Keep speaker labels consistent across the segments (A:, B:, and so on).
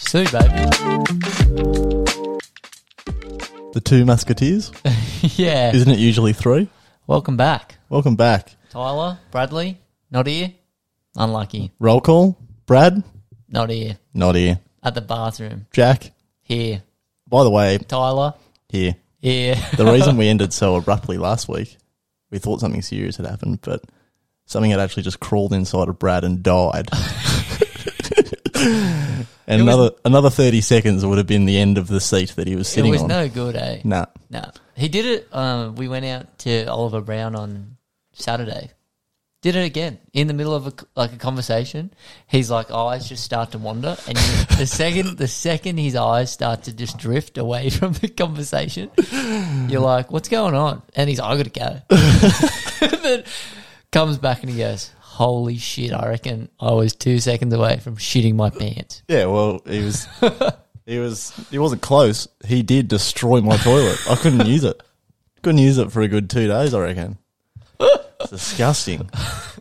A: too, baby.
B: The Two Musketeers.
A: yeah.
B: Isn't it usually three?
A: Welcome back,
B: Welcome back.
A: Tyler, Bradley. Not here. Unlucky.
B: Roll call. Brad.
A: Not here.
B: Not here.
A: At the bathroom.
B: Jack.
A: Here.
B: By the way,
A: Tyler.
B: here.
A: Here.
B: The reason we ended so abruptly last week, we thought something serious had happened, but something had actually just crawled inside of Brad and died. and another another thirty seconds would have been the end of the seat that he was
A: it
B: sitting
A: was
B: on.
A: no good, eh?
B: nah.
A: No. He did it. Um, we went out to Oliver Brown on Saturday. Did it again in the middle of a, like a conversation. He's like, eyes just start to wander, and you, the second the second his eyes start to just drift away from the conversation, you're like, "What's going on?" And he's, "I got to go." And then comes back and he goes, "Holy shit! I reckon I was two seconds away from shitting my pants."
B: Yeah, well he was he was he wasn't close. He did destroy my toilet. I couldn't use it. Couldn't use it for a good two days, I reckon. It's disgusting.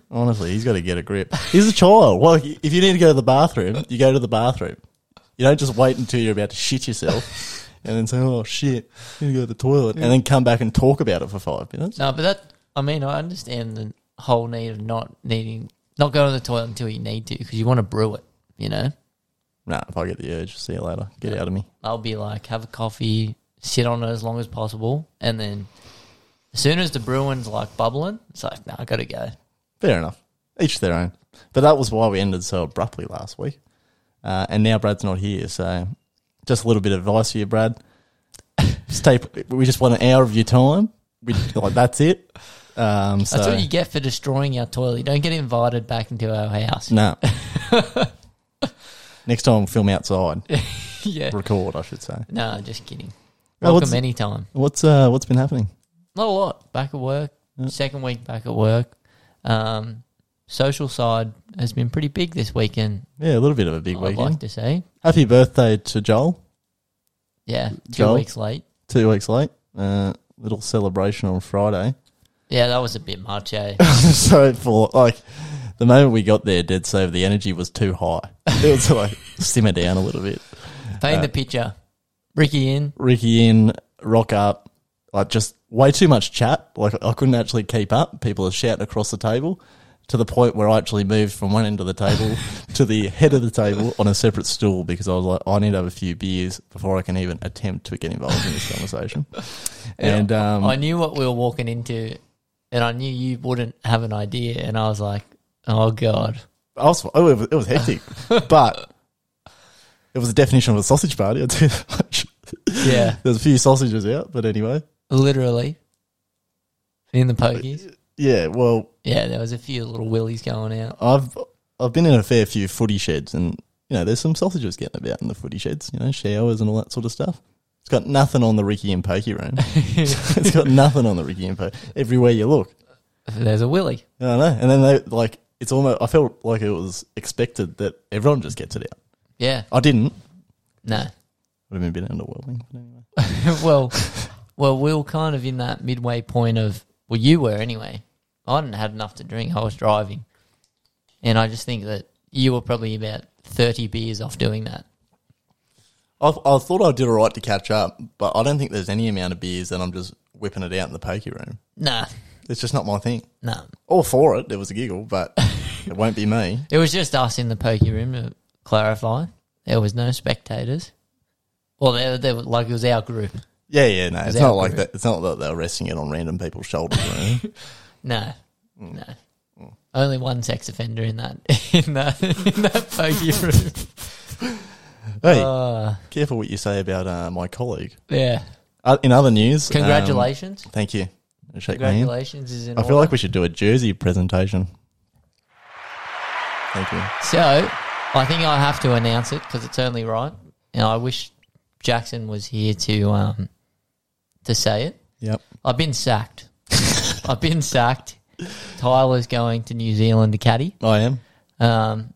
B: Honestly, he's got to get a grip. He's a child. Well, if you need to go to the bathroom, you go to the bathroom. You don't just wait until you're about to shit yourself and then say, "Oh shit, I need to go to the toilet," and then come back and talk about it for five minutes.
A: No, but that I mean, I understand the whole need of not needing, not going to the toilet until you need to because you want to brew it. You know,
B: Nah, if I get the urge, see you later. Get out of me.
A: I'll be like, have a coffee, sit on it as long as possible, and then as soon as the brewing's like bubbling, it's like, nah, I gotta go.
B: Fair enough. Each their own. But that was why we ended so abruptly last week. Uh, and now Brad's not here, so just a little bit of advice for you, Brad. Stay. We just want an hour of your time. We, like that's it. Um, so
A: That's what you get for destroying our toilet. You don't get invited back into our house.
B: no. Next time we'll film outside.
A: yeah.
B: Record, I should say.
A: No, just kidding.
B: Well,
A: Welcome
B: what's-
A: anytime.
B: What's uh, what's been happening?
A: Not a lot. Back at work. Second week back at work. Um, social side has been pretty big this weekend.
B: Yeah, a little bit of a big
A: I'd
B: weekend.
A: like to say.
B: Happy birthday to Joel.
A: Yeah, two
B: Joel?
A: weeks late.
B: Two weeks late. Uh, little celebration on Friday.
A: Yeah, that was a bit much, eh?
B: so for like the moment we got there, dead save the energy was too high. It was like simmer down a little bit.
A: Paint the picture. Ricky in.
B: Ricky in, rock up, like just way too much chat. Like I couldn't actually keep up. People are shouting across the table to the point where I actually moved from one end of the table to the head of the table on a separate stool because I was like, I need to have a few beers before I can even attempt to get involved in this conversation. And um,
A: I knew what we were walking into, and I knew you wouldn't have an idea. And I was like, oh, God.
B: I was, oh, it was, it was hectic, but it was the definition of a sausage party. I'll tell you that much.
A: Yeah,
B: There's a few sausages out, but anyway,
A: literally. In the pokies.
B: yeah. Well,
A: Yeah, there was a few little willies going out.
B: I've I've been in a fair few footy sheds, and you know, there's some sausages getting about in the footy sheds. You know, showers and all that sort of stuff. It's got nothing on the Ricky and Pokey room. it's got nothing on the Ricky and Pokey. Everywhere you look,
A: There's a willy.
B: I don't know. And then they like it's almost. I felt like it was expected that everyone just gets it out.
A: Yeah,
B: I didn't.
A: no.
B: Would have been a bit underwhelming. But anyway.
A: well, well, we were kind of in that midway point of well, you were anyway. I didn't have enough to drink. I was driving, and I just think that you were probably about thirty beers off doing that.
B: I, I thought I did all right to catch up, but I don't think there's any amount of beers that I'm just whipping it out in the pokey room.
A: Nah,
B: It's just not my thing.
A: nah.
B: All for it, there was a giggle, but it won't be me.
A: It was just us in the pokey room to clarify. There was no spectators. Well, there, there were, like it was our group.
B: Yeah, yeah, no, it's
A: that
B: not like
A: correct?
B: that. It's not that they're resting it on random people's shoulders. or anything.
A: No, no. Only one sex offender in that in that in that pokey room.
B: hey,
A: Uh,
B: careful what you say about uh, my colleague.
A: yeah.
B: Uh, in other news, um,
A: Congratulations.
B: thank you. Shake my hand.
A: Congratulations is in
B: I
A: order.
B: feel like we should do a jersey presentation. Thank you.
A: So, I think I have to announce it because it's only right. And I wish Jackson was here to um, to say it.
B: Yep.
A: I've been sacked. I've been sacked. Tyler's going to New Zealand to caddy,
B: I am.
A: um,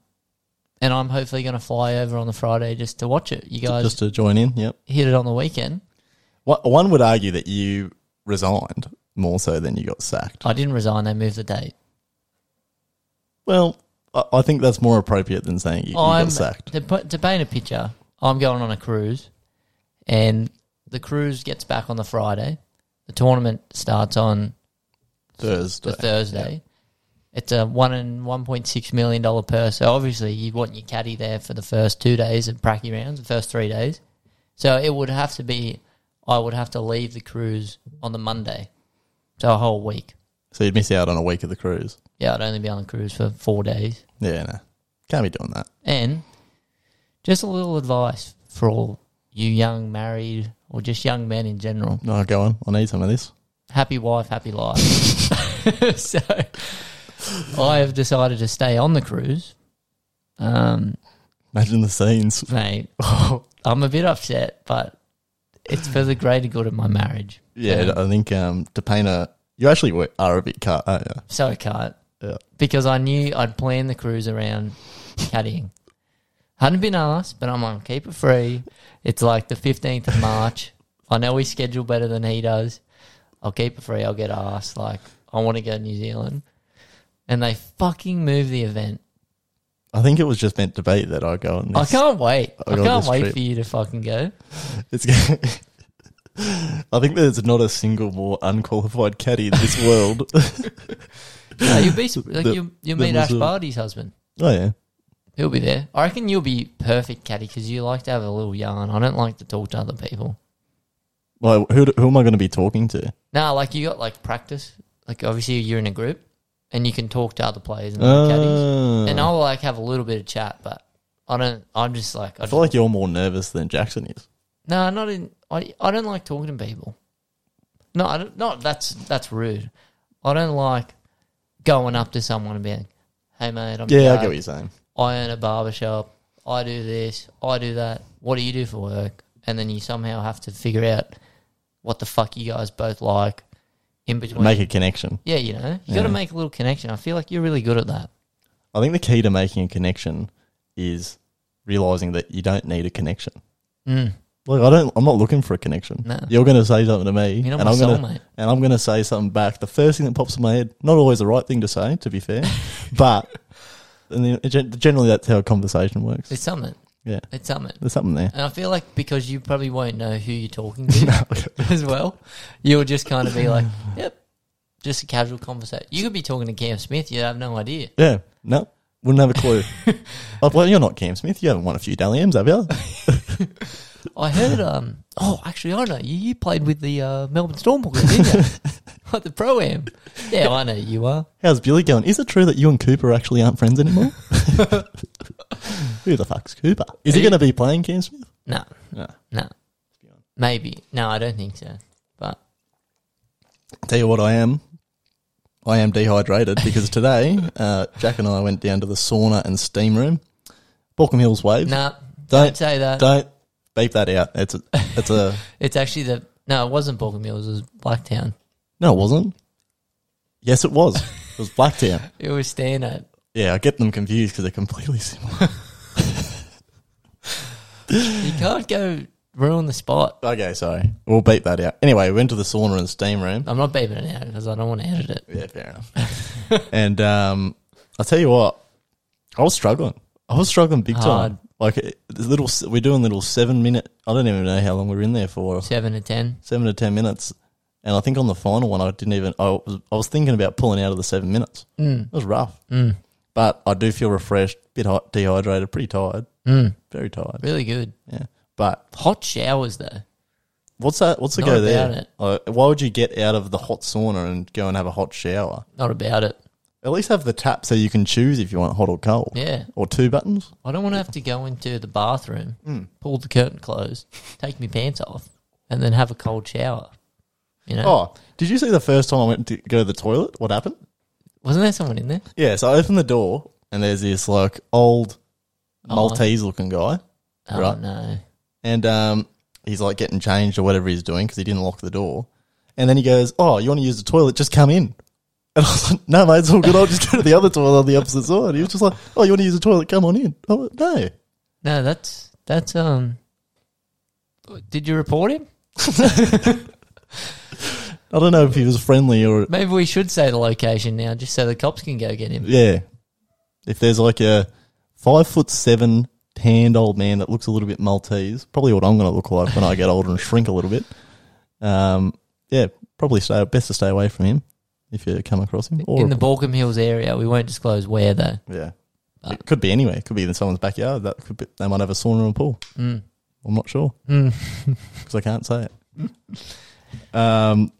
A: and I'm hopefully going to fly over on the Friday just to watch it. You guys
B: Just to join in. Yep.
A: hit it on the weekend.
B: Wha- One would argue that you resigned more so than you got sacked.
A: I didn't resign; they moved the date.
B: Well, I I think that's more appropriate than saying you, you
A: I'm
B: got sacked.
A: To, put, to paint a picture. I'm going on a cruise, and the cruise gets back on the Friday. The tournament starts on
B: Thursday.
A: the Thursday. It's a one and one point six million dollar purse. So obviously you want your caddy there for the first two days of pracky rounds, the first three days. So it would have to be I would have to leave the cruise on the Monday. So a whole week.
B: So you'd miss out on a week of the cruise.
A: Yeah, I'd only be on the cruise for four days.
B: Yeah, no. Can't be doing that.
A: And just a little advice for all you young married or just young men in general.
B: No, go on. I need some of this.
A: happy wife, happy life. so I have decided to stay on the cruise. Um,
B: Imagine the scenes.
A: mate, I'm a bit upset, but it's for the greater good of my marriage.
B: Yeah,
A: Yeah.
B: I think um, to paint a. You actually were- are a bit cut, aren't you?
A: So I can't.
B: Yeah.
A: Because I knew I'd plan the cruise around caddying. Hadn't been asked, but I'm like, keep it free. It's like the 15th of March. I know we schedule better than he does. I'll keep it free. I'll get asked. Like, I want to go to New Zealand. And they fucking move the event.
B: I think it was just meant to be that I go on this.
A: I can't wait.
B: I
A: I
B: got
A: can't
B: this
A: wait
B: trip.
A: for you to fucking go.
B: It's. I think there's not a single more unqualified caddy in this world.
A: No, you'll be sur- like
B: The-
A: you. You'll
B: the
A: meet Ash
B: Mazur.
A: Barty's husband.
B: oh yeah,
A: He'll be there. I reckon you'll be perfect caddy because you like to have a little yarn. I don't like to talk to other people.
B: like who, do- who am I going to be talking to?
A: No, like you got like practice. Like obviously you're in a group and you can talk to other players and other caddies.
B: Ah.
A: And I'll like have a little bit of chat, but I don't. I'm just like I,
B: I feel like you're more nervous than Jackson is.
A: No, not in. I I don't like talking to people. No, I don't, not that's that's rude. I don't like going up to someone and being, like, "Hey mate, I'm
B: Yeah, I
A: Jack.
B: get what you're saying.
A: I own a barber shop. I do this. I do that. What do you do for work? And then you somehow have to figure out what the fuck you guys both like in between.
B: Make a connection.
A: yeah, you know, you got to
B: Yeah.
A: make a little connection. I feel like you're really good at that.
B: I think the key to making a connection is realizing that you don't need a connection.
A: Mm.
B: Like I don't, I'm not looking for a connection.
A: No.
B: You're going to say something to me,
A: You're not
B: and
A: my
B: I'm going to,
A: soulmate.
B: and I'm going to say something back. The first thing that pops in my head, not always the right thing to say, to be fair, but and then, gen- generally that's how a conversation works.
A: It's something.
B: Yeah.
A: It's something.
B: There's something there.
A: And I feel like because you probably won't know who you're talking to as well, you'll just kind of be like, yep, just a casual conversation. You could be talking to Cam Smith, you'd have no idea.
B: Yeah, no, wouldn't have a clue. oh, well, you're not Cam Smith. You haven't won a few Daliums, have you?
A: I heard. Um. Oh, actually, I know you. You played with the uh, Melbourne Stormwalkers, didn't you? Like the pro am. Yeah, I know you are.
B: How's Billy going? Is it true that you and Cooper actually aren't friends anymore? Who the fuck's Cooper? Is he
A: Are you-
B: going to be playing Cam Smith?
A: No,
B: No.
A: no. Maybe. No, I don't think so. But
B: Tell you what, I am. I am dehydrated because today uh, Jack and I went down to the sauna and steam room, Balcombe Hills Waves.
A: no, don't,
B: Don't-
A: say that.
B: Don't beep that out. It's a, it's a
A: It's actually the no. It wasn't Balkan Mills. It was Blacktown.
B: no, it wasn't. Yes, it was. It was Blacktown.
A: It was staying at.
B: Yeah, I get them confused because they're completely similar.
A: You can't go ruin the spot.
B: Okay, sorry. We'll beep that out. Anyway, we went to the sauna and steam room.
A: I'm not beeping it out because I don't want to edit it.
B: Yeah, fair enough. and um, I'll tell you what, I was struggling. I was struggling big
A: Hard.
B: time. Like it- the little, s- we're doing little seven minute. I don't even know how long we we're in there for.
A: Seven to ten.
B: Seven to ten minutes. And I think on the final one, I didn't even. I was, I was thinking about pulling out of the seven minutes.
A: Mm.
B: It was rough,
A: Mm.
B: but I do feel refreshed, bit hot, dehydrated, pretty tired,
A: Mm.
B: very tired.
A: Really good.
B: Yeah, but
A: Hot showers though.
B: what's that? What's the
A: Not
B: go
A: about
B: there?
A: it.
B: Like, why would you get out of the hot sauna and go and have a hot shower?
A: Not about it.
B: At least have the tap so you can choose if you want hot or cold.
A: Yeah.
B: Or two buttons?
A: I don't want to have to go into the bathroom,
B: Hmm.
A: pull the curtain closed, take my pants off, and then have a cold shower. You know,
B: Oh, did you see the first time I went to go to the toilet? What happened?
A: wasn't there someone in there?
B: Yeah, so I opened the door and there's this like old Maltese looking guy.
A: Oh
B: Right.
A: no!
B: And um, he's like getting changed or whatever he's doing because he didn't lock the door. And then he goes, Oh, you want to use the toilet? Just come in. And I was like, No, mate, it's all good. I'll just go to the other toilet on the opposite side. He was just like, Oh, you want to use the toilet? Come on in. I went, no.
A: No, that's that's um. Did you report him?
B: I don't know if he was friendly or
A: Maybe we should say the location now, just so the cops can go get him.
B: Yeah. If there's like a five foot seven tanned old man that looks a little bit Maltese. Probably what I'm going to look like when I get older and shrink a little bit. Um, yeah, probably stay best to stay away from him if you come across him. Or
A: in the Balcombe Hills area. We won't disclose where though.
B: yeah, it could be anywhere. It could be in someone's backyard. That could be. They might have a sauna and pool.
A: Mm.
B: I'm not sure
A: Mm.
B: because I can't say it. Um,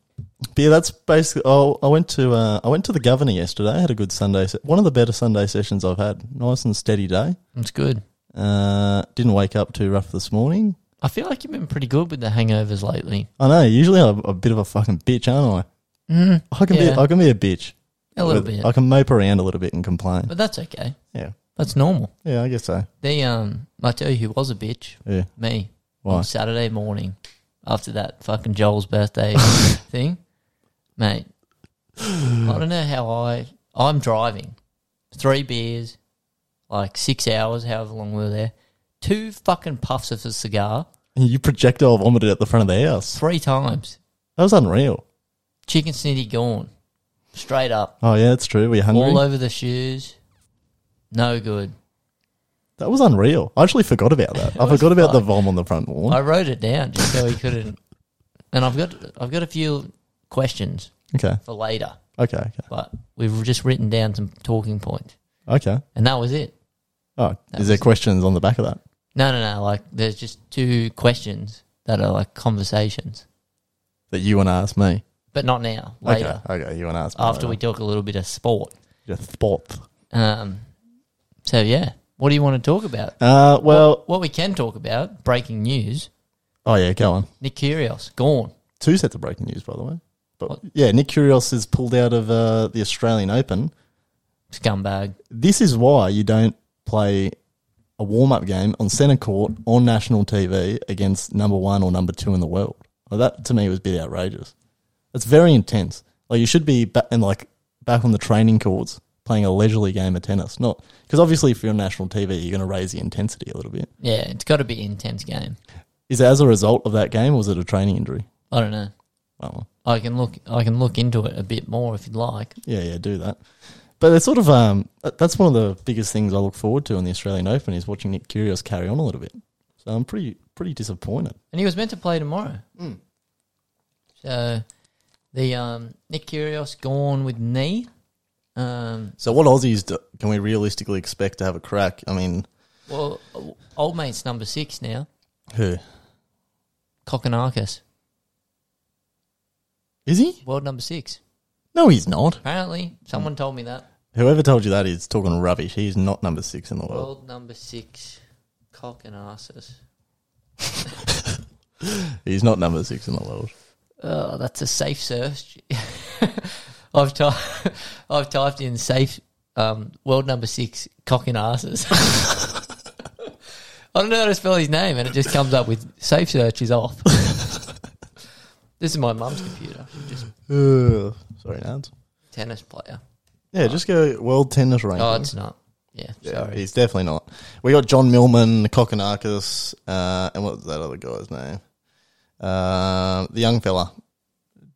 B: but yeah, that's basically. Oh, I went to uh, I went to the governor yesterday. I had a good Sunday. Se- one of the better Sunday sessions I've had. Nice and steady day.
A: It's good.
B: Uh, didn't wake up too rough this morning.
A: I feel like you've been pretty good with the hangovers lately.
B: I know. Usually I'm a bit of a fucking bitch, aren't
A: Mm.
B: I? I can
A: Yeah.
B: be. I can be a bitch.
A: A little
B: But
A: bit,
B: I can mope around a little bit and complain.
A: but that's okay.
B: yeah.
A: That's normal.
B: Yeah, I guess so.
A: They um, I tell you who was a bitch.
B: Yeah.
A: Me.
B: Why?
A: on Saturday morning after that fucking Joel's birthday thing, mate. I don't know how I I'm driving, three beers, like six hours, however long we were there, two fucking puffs of a cigar,
B: You projectile vomited at the front of the house.
A: three times,
B: That was unreal.
A: chicken snitty gone, straight up,
B: Oh yeah, that's true. Were you hungry?
A: all over the shoes, no good.
B: That was unreal. I actually forgot about that. I
A: was
B: forgot about the vom on the front lawn.
A: I wrote it down just so he couldn't. And I've got I've got a few questions
B: Okay.
A: for later,
B: Okay. Okay.
A: but we've just written down some talking points.
B: Okay.
A: And that was it.
B: Oh,
A: That
B: is there
A: was-
B: questions on the back of that?
A: No, no, no. Like, there's just two questions that are like conversations,
B: That you want to ask me?
A: but not now. Later,
B: Okay. Okay. You want to ask me
A: after we
B: later.
A: talk a little bit of sport.
B: just thought.
A: Um, so yeah, what do you want to talk about?
B: Uh, well.
A: what, what we can talk about breaking news:
B: Oh yeah. Go on.
A: Nick Kyrgios gone.
B: Two sets of breaking news, by the way. But
A: What?
B: yeah, Nick Kyrgios is pulled out of uh, the Australian Open.
A: Scumbag.
B: This is why you don't play a warm-up game on centre court on national TV against number one or number two in the world. Like that to me was a bit outrageous. It's very intense. Like you should be ba- and like back on the training courts playing a leisurely game of tennis, not because obviously if you're on national TV, you're going to raise the intensity a little bit.
A: Yeah, it's got to be an intense game.
B: Is it as a result of that game, or was it a training injury?
A: I don't know.
B: Well,
A: I can look. I can look into it a bit more if you'd like.
B: Yeah, yeah, do that. But it's sort of um, that- that's one of the biggest things I look forward to in the Australian Open is watching Nick Kyrgios carry on a little bit. So I'm pretty pretty disappointed.
A: And he was meant to play tomorrow. So the um, Nick Kyrgios gone with knee. Um,
B: So what Aussies do, can we realistically expect to have a crack? I mean,
A: Well, o- old mate's number six now,
B: who
A: Kokonakis,
B: is he?
A: world number six.
B: No, he's not.
A: Apparently, someone told me that.
B: Whoever told you that is talking rubbish. He's not number six in the world.
A: World number six, Kokonakis.
B: He's not number six in the world.
A: Oh, that's a safe search. I've ty- I've typed in safe um, world number six Kokonakis. I don't know how to spell his name, and it just comes up with safe search is off. this is my mum's computer. She's just
B: Ugh. sorry, Nance.
A: a tennis player.
B: Yeah, just go world tennis ranking.
A: Oh, it's not. Yeah,
B: Yeah,
A: sorry.
B: he's definitely not. We got John Millman, Kokonakis, uh, and what was that other guy's name? Um the young fella,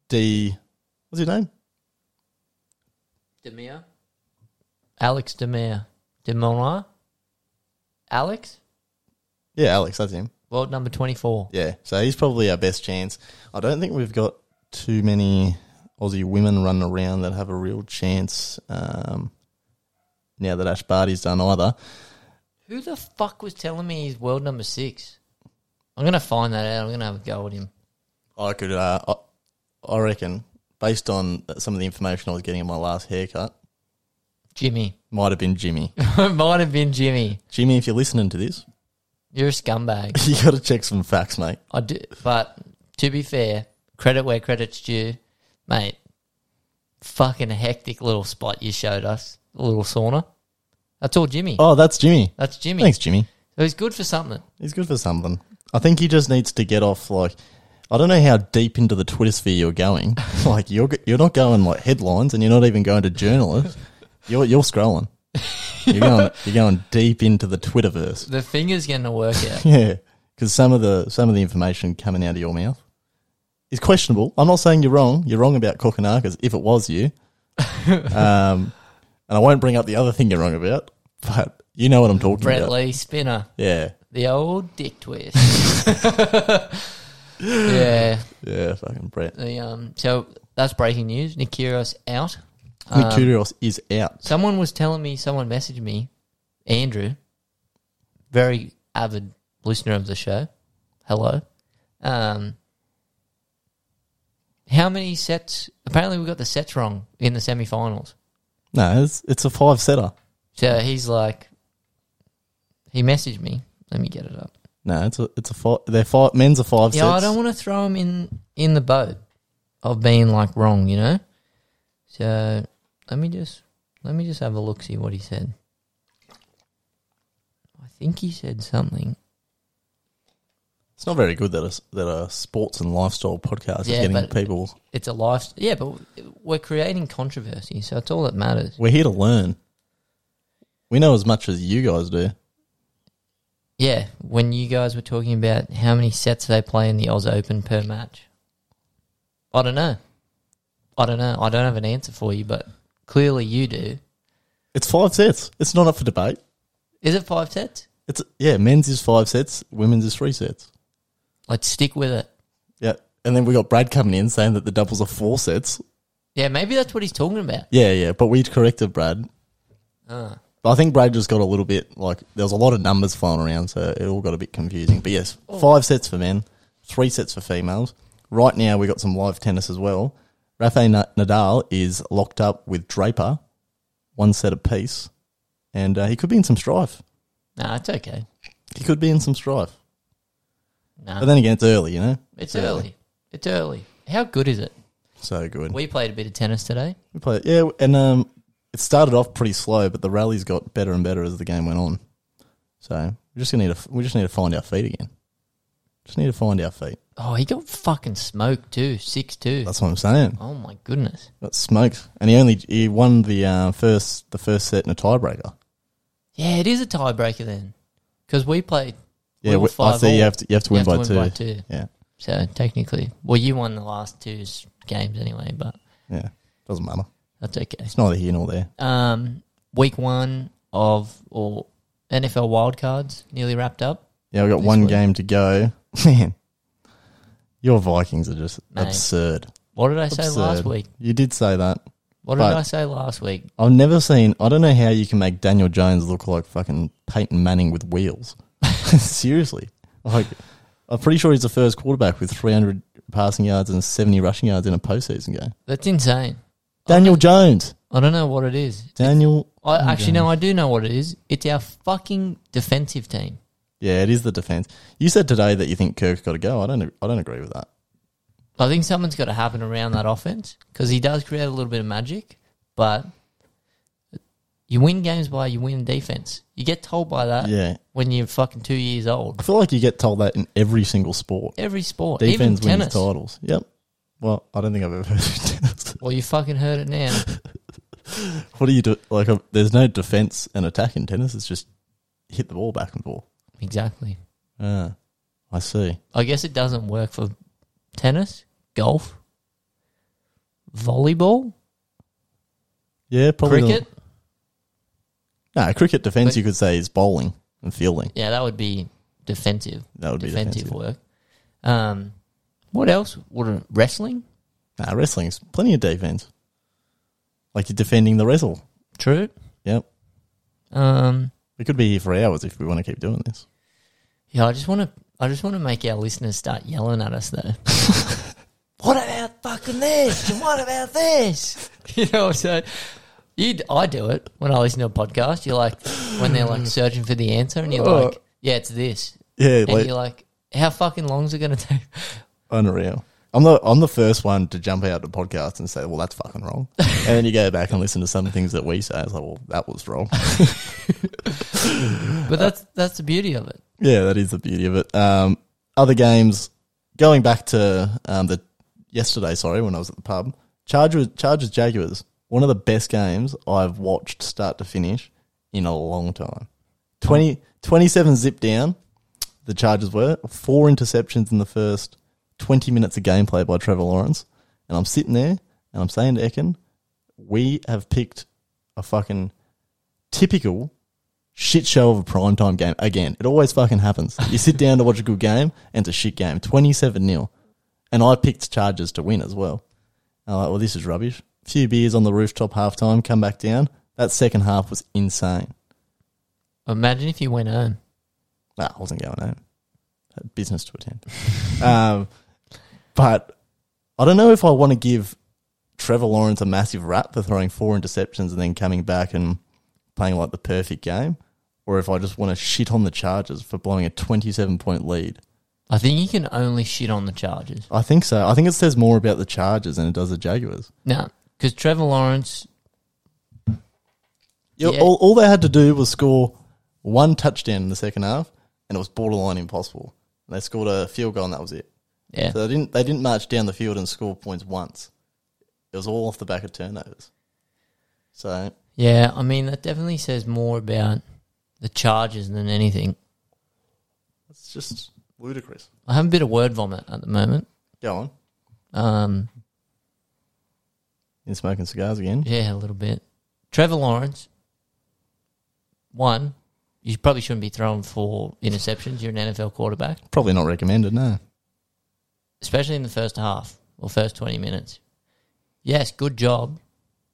B: D. What's his name?
A: Demir. Alex Demir. Demona. Alex,
B: Yeah, Alex. That's him.
A: world number 24.
B: Yeah, so he's probably our best chance. I don't think we've got too many Aussie women running around that have a real chance. Um, now that Ash Barty's done either,
A: Who the fuck was telling me he's world number six? I'm going to find that out. I'm going to have a go at him.
B: I could. Uh, I, I reckon, based on some of the information I was getting in my last haircut,
A: Jimmy.
B: might have been Jimmy.
A: it might have been Jimmy.
B: Jimmy, if you're listening to this,
A: You're a scumbag.
B: you got to check some facts, mate.
A: I do, but to be fair, credit where credit's due, mate. Fucking hectic little spot you showed us. Little sauna. That's all Jimmy.
B: Oh, that's Jimmy.
A: That's Jimmy.
B: Thanks, Jimmy.
A: So he's good for something.
B: He's good for something. I think he just needs to get off. Like, I don't know how deep into the Twitter sphere you're going. like, you're go- you're not going like headlines, and you're not even going to journalists. You're you're scrolling. You're going you're going deep into the Twitterverse.
A: The finger's going to work out.
B: Yeah, because some of the some of the information coming out of your mouth is questionable. I'm not saying you're wrong. You're wrong about Kokonakis if it was you. um, and I won't bring up the other thing you're wrong about, but You know what I'm talking
A: Brett
B: about.
A: Lee Spinner,
B: Yeah.
A: the old dick twist. yeah,
B: Yeah, fucking Brett.
A: the um. So that's breaking news. Nick Kyrgios out.
B: Nick
A: Um,
B: Kyrgios is out.
A: Someone was telling me, someone messaged me, Andrew, very avid listener of the show. Hello. Um, how many sets? Apparently, we got the sets wrong in the semi finals.
B: No, it's, it's a five setter.
A: So he's like, he messaged me. Let me get it up.
B: No, it's a it's a five. They're five. Men's a five.
A: Yeah, I
B: sets.
A: don't want to throw him in, in the boat of being like wrong, you know? So let me just let me just have a look see what he said. I think he said something.
B: It's not very good that a, that a sports and lifestyle podcast
A: Yeah,
B: is getting
A: but-
B: people.
A: It's a life yeah, but we're creating controversy, so it's all that matters.
B: We're here to learn. We know as much as you guys do.
A: Yeah, when you guys were talking about how many sets they play in the Oz Open per match. I don't know. I don't know. I don't have an answer for you, but clearly you do.
B: It's five sets. It's not up for debate.
A: Is it five sets?
B: It's yeah, men's is five sets, women's is three sets.
A: Let's stick with it.
B: Yeah, and then we got Brad coming in saying that the doubles are four sets.
A: Yeah, maybe that's what he's talking about.
B: Yeah, yeah, but we corrected Brad.
A: Ah.
B: But I think Brad just got a little bit like there was a lot of numbers flying around, so it all got a bit confusing. But yes, five sets for men, three sets for females. Right now we got some live tennis as well. Rafael Na- Nadal is locked up with Draper, one set apiece, and uh, he could be in some strife.
A: Nah, it's okay.
B: He could be in some strife.
A: Nah,
B: But then again, it's early, you know.
A: it's early. It's early. How good is it?
B: So good.
A: We played a bit of tennis today.
B: We play, yeah, and um, it started off pretty slow, but the rallies got better and better as the game went on. So we just gonna need to we just need to find our feet again. Just need to find our feet.
A: Oh, he got fucking smoked too, six two.
B: That's what I'm saying.
A: Oh my goodness.
B: Got smoked, and he only he won the uh, first the first set in a tiebreaker.
A: Yeah, it is a tiebreaker then, because we played. we
B: Yeah,
A: were
B: we- I
A: five
B: see. You
A: all.
B: have to you have to
A: You
B: win,
A: have
B: by, two.
A: by two.
B: Yeah,
A: So technically, well, you won the last two s- games anyway, but
B: yeah. Doesn't matter.
A: that's okay.
B: It's neither here nor there.
A: Um, week one of or NFL wildcards nearly wrapped up.
B: Yeah, we got
A: This
B: one
A: way.
B: game to go. Man, your Vikings are just
A: Mate.
B: absurd.
A: What did I say last
B: Absurd.
A: week?
B: You did say that.
A: What did
B: But-
A: I say last week?
B: I've never seen. I don't know how you can make Daniel Jones look like fucking Peyton Manning with wheels. Seriously, like I'm pretty sure he's the first quarterback with 300 passing yards and 70 rushing yards in a postseason game.
A: That's insane.
B: Daniel Jones.
A: I don't know what it is.
B: Daniel.
A: I actually no, I do know what it is. It's our fucking defensive team.
B: Yeah, it is the defense. You said today that you think Kirk's got to go. I don't. I don't agree with that.
A: I think something's got to happen around that offense because he does create a little bit of magic, but you win games by you win defense. You get told by that
B: Yeah,
A: when you're fucking two years old.
B: I feel like you get told that in every single sport.
A: Every sport, even
B: Defense wins
A: tennis.
B: titles. Yep. Well, I don't think I've ever heard of tennis.
A: Well, you fucking heard it now.
B: What do you do? Like, uh, there's no defense and attack in tennis. It's just hit the ball back and forth.
A: exactly.
B: Ah, I see.
A: I guess it doesn't work for tennis, golf, volleyball,
B: Yeah, probably the-
A: cricket.
B: No, cricket defense
A: But-
B: you could say is bowling and fielding.
A: Yeah, that would be defensive.
B: That would be
A: defensive,
B: defensive.
A: work. Um, what else? Would it- wrestling?
B: Nah, wrestling's plenty of defense. Like you're defending the wrestle.
A: True.
B: Yep.
A: Um,
B: We could be here for hours if we want to keep doing this.
A: yeah, I just want to. I just want to make our listeners start yelling at us though. what about fucking this? And what about this? You know, so you, I do it when I listen to a podcast. You're like, when they're like searching for the answer, and you're like, yeah, it's this,
B: Yeah,
A: and
B: like
A: you're like, how fucking long is it going to take?
B: unreal. I'm the I'm the first one to jump out the podcast and say, "Well, that's fucking wrong," and then you go back and listen to some things that we say. It's like, "Well, that was wrong."
A: But that's that's the beauty of it.
B: Yeah, that is the beauty of it. Um, other games, going back to um, the yesterday, sorry, when I was at the pub, Chargers, Chargers Jaguars, one of the best games I've watched start to finish in a long time. 20, 27 zip down, the Chargers were four interceptions in the first twenty minutes of gameplay by Trevor Lawrence, and I'm sitting there and I'm saying to Ekin, we have picked a fucking typical Shit show of a primetime game. Again, it always fucking happens. You sit down to watch a good game, and it's a shit game. 27 0. And I picked Chargers to win as well. I'm like, well, this is rubbish. Few beers on the rooftop halftime, come back down. That second half was insane.
A: Imagine if you went home.
B: Nah, I wasn't going home. Had business to attend. um, but I don't know if I want to give Trevor Lawrence a massive rap for throwing four interceptions and then coming back and playing like the perfect game, or if I just want to shit on the Chargers for blowing a 27 point lead.
A: I think you can only shit on the Chargers.
B: I think so. I think it says more about the Chargers than it does the Jaguars.
A: No, because Trevor Lawrence,
B: You-
A: Yeah.
B: All, all they had to do was score one touchdown in the second half, and it was borderline impossible. And they scored a field goal, and that was it.
A: yeah,
B: So they didn't they didn't march down the field and score points once. It was all off the back of turnovers. So
A: yeah. I mean, that definitely says more about the Chargers than anything.
B: it's just ludicrous.
A: I have a bit of word vomit at the moment.
B: Go on.
A: Um,
B: In smoking cigars again.
A: yeah, a little bit. Trevor Lawrence, one, you probably shouldn't be throwing four interceptions. You're an NFL quarterback,
B: Probably not recommended, no.
A: especially in the first half or first twenty minutes. Yes, good job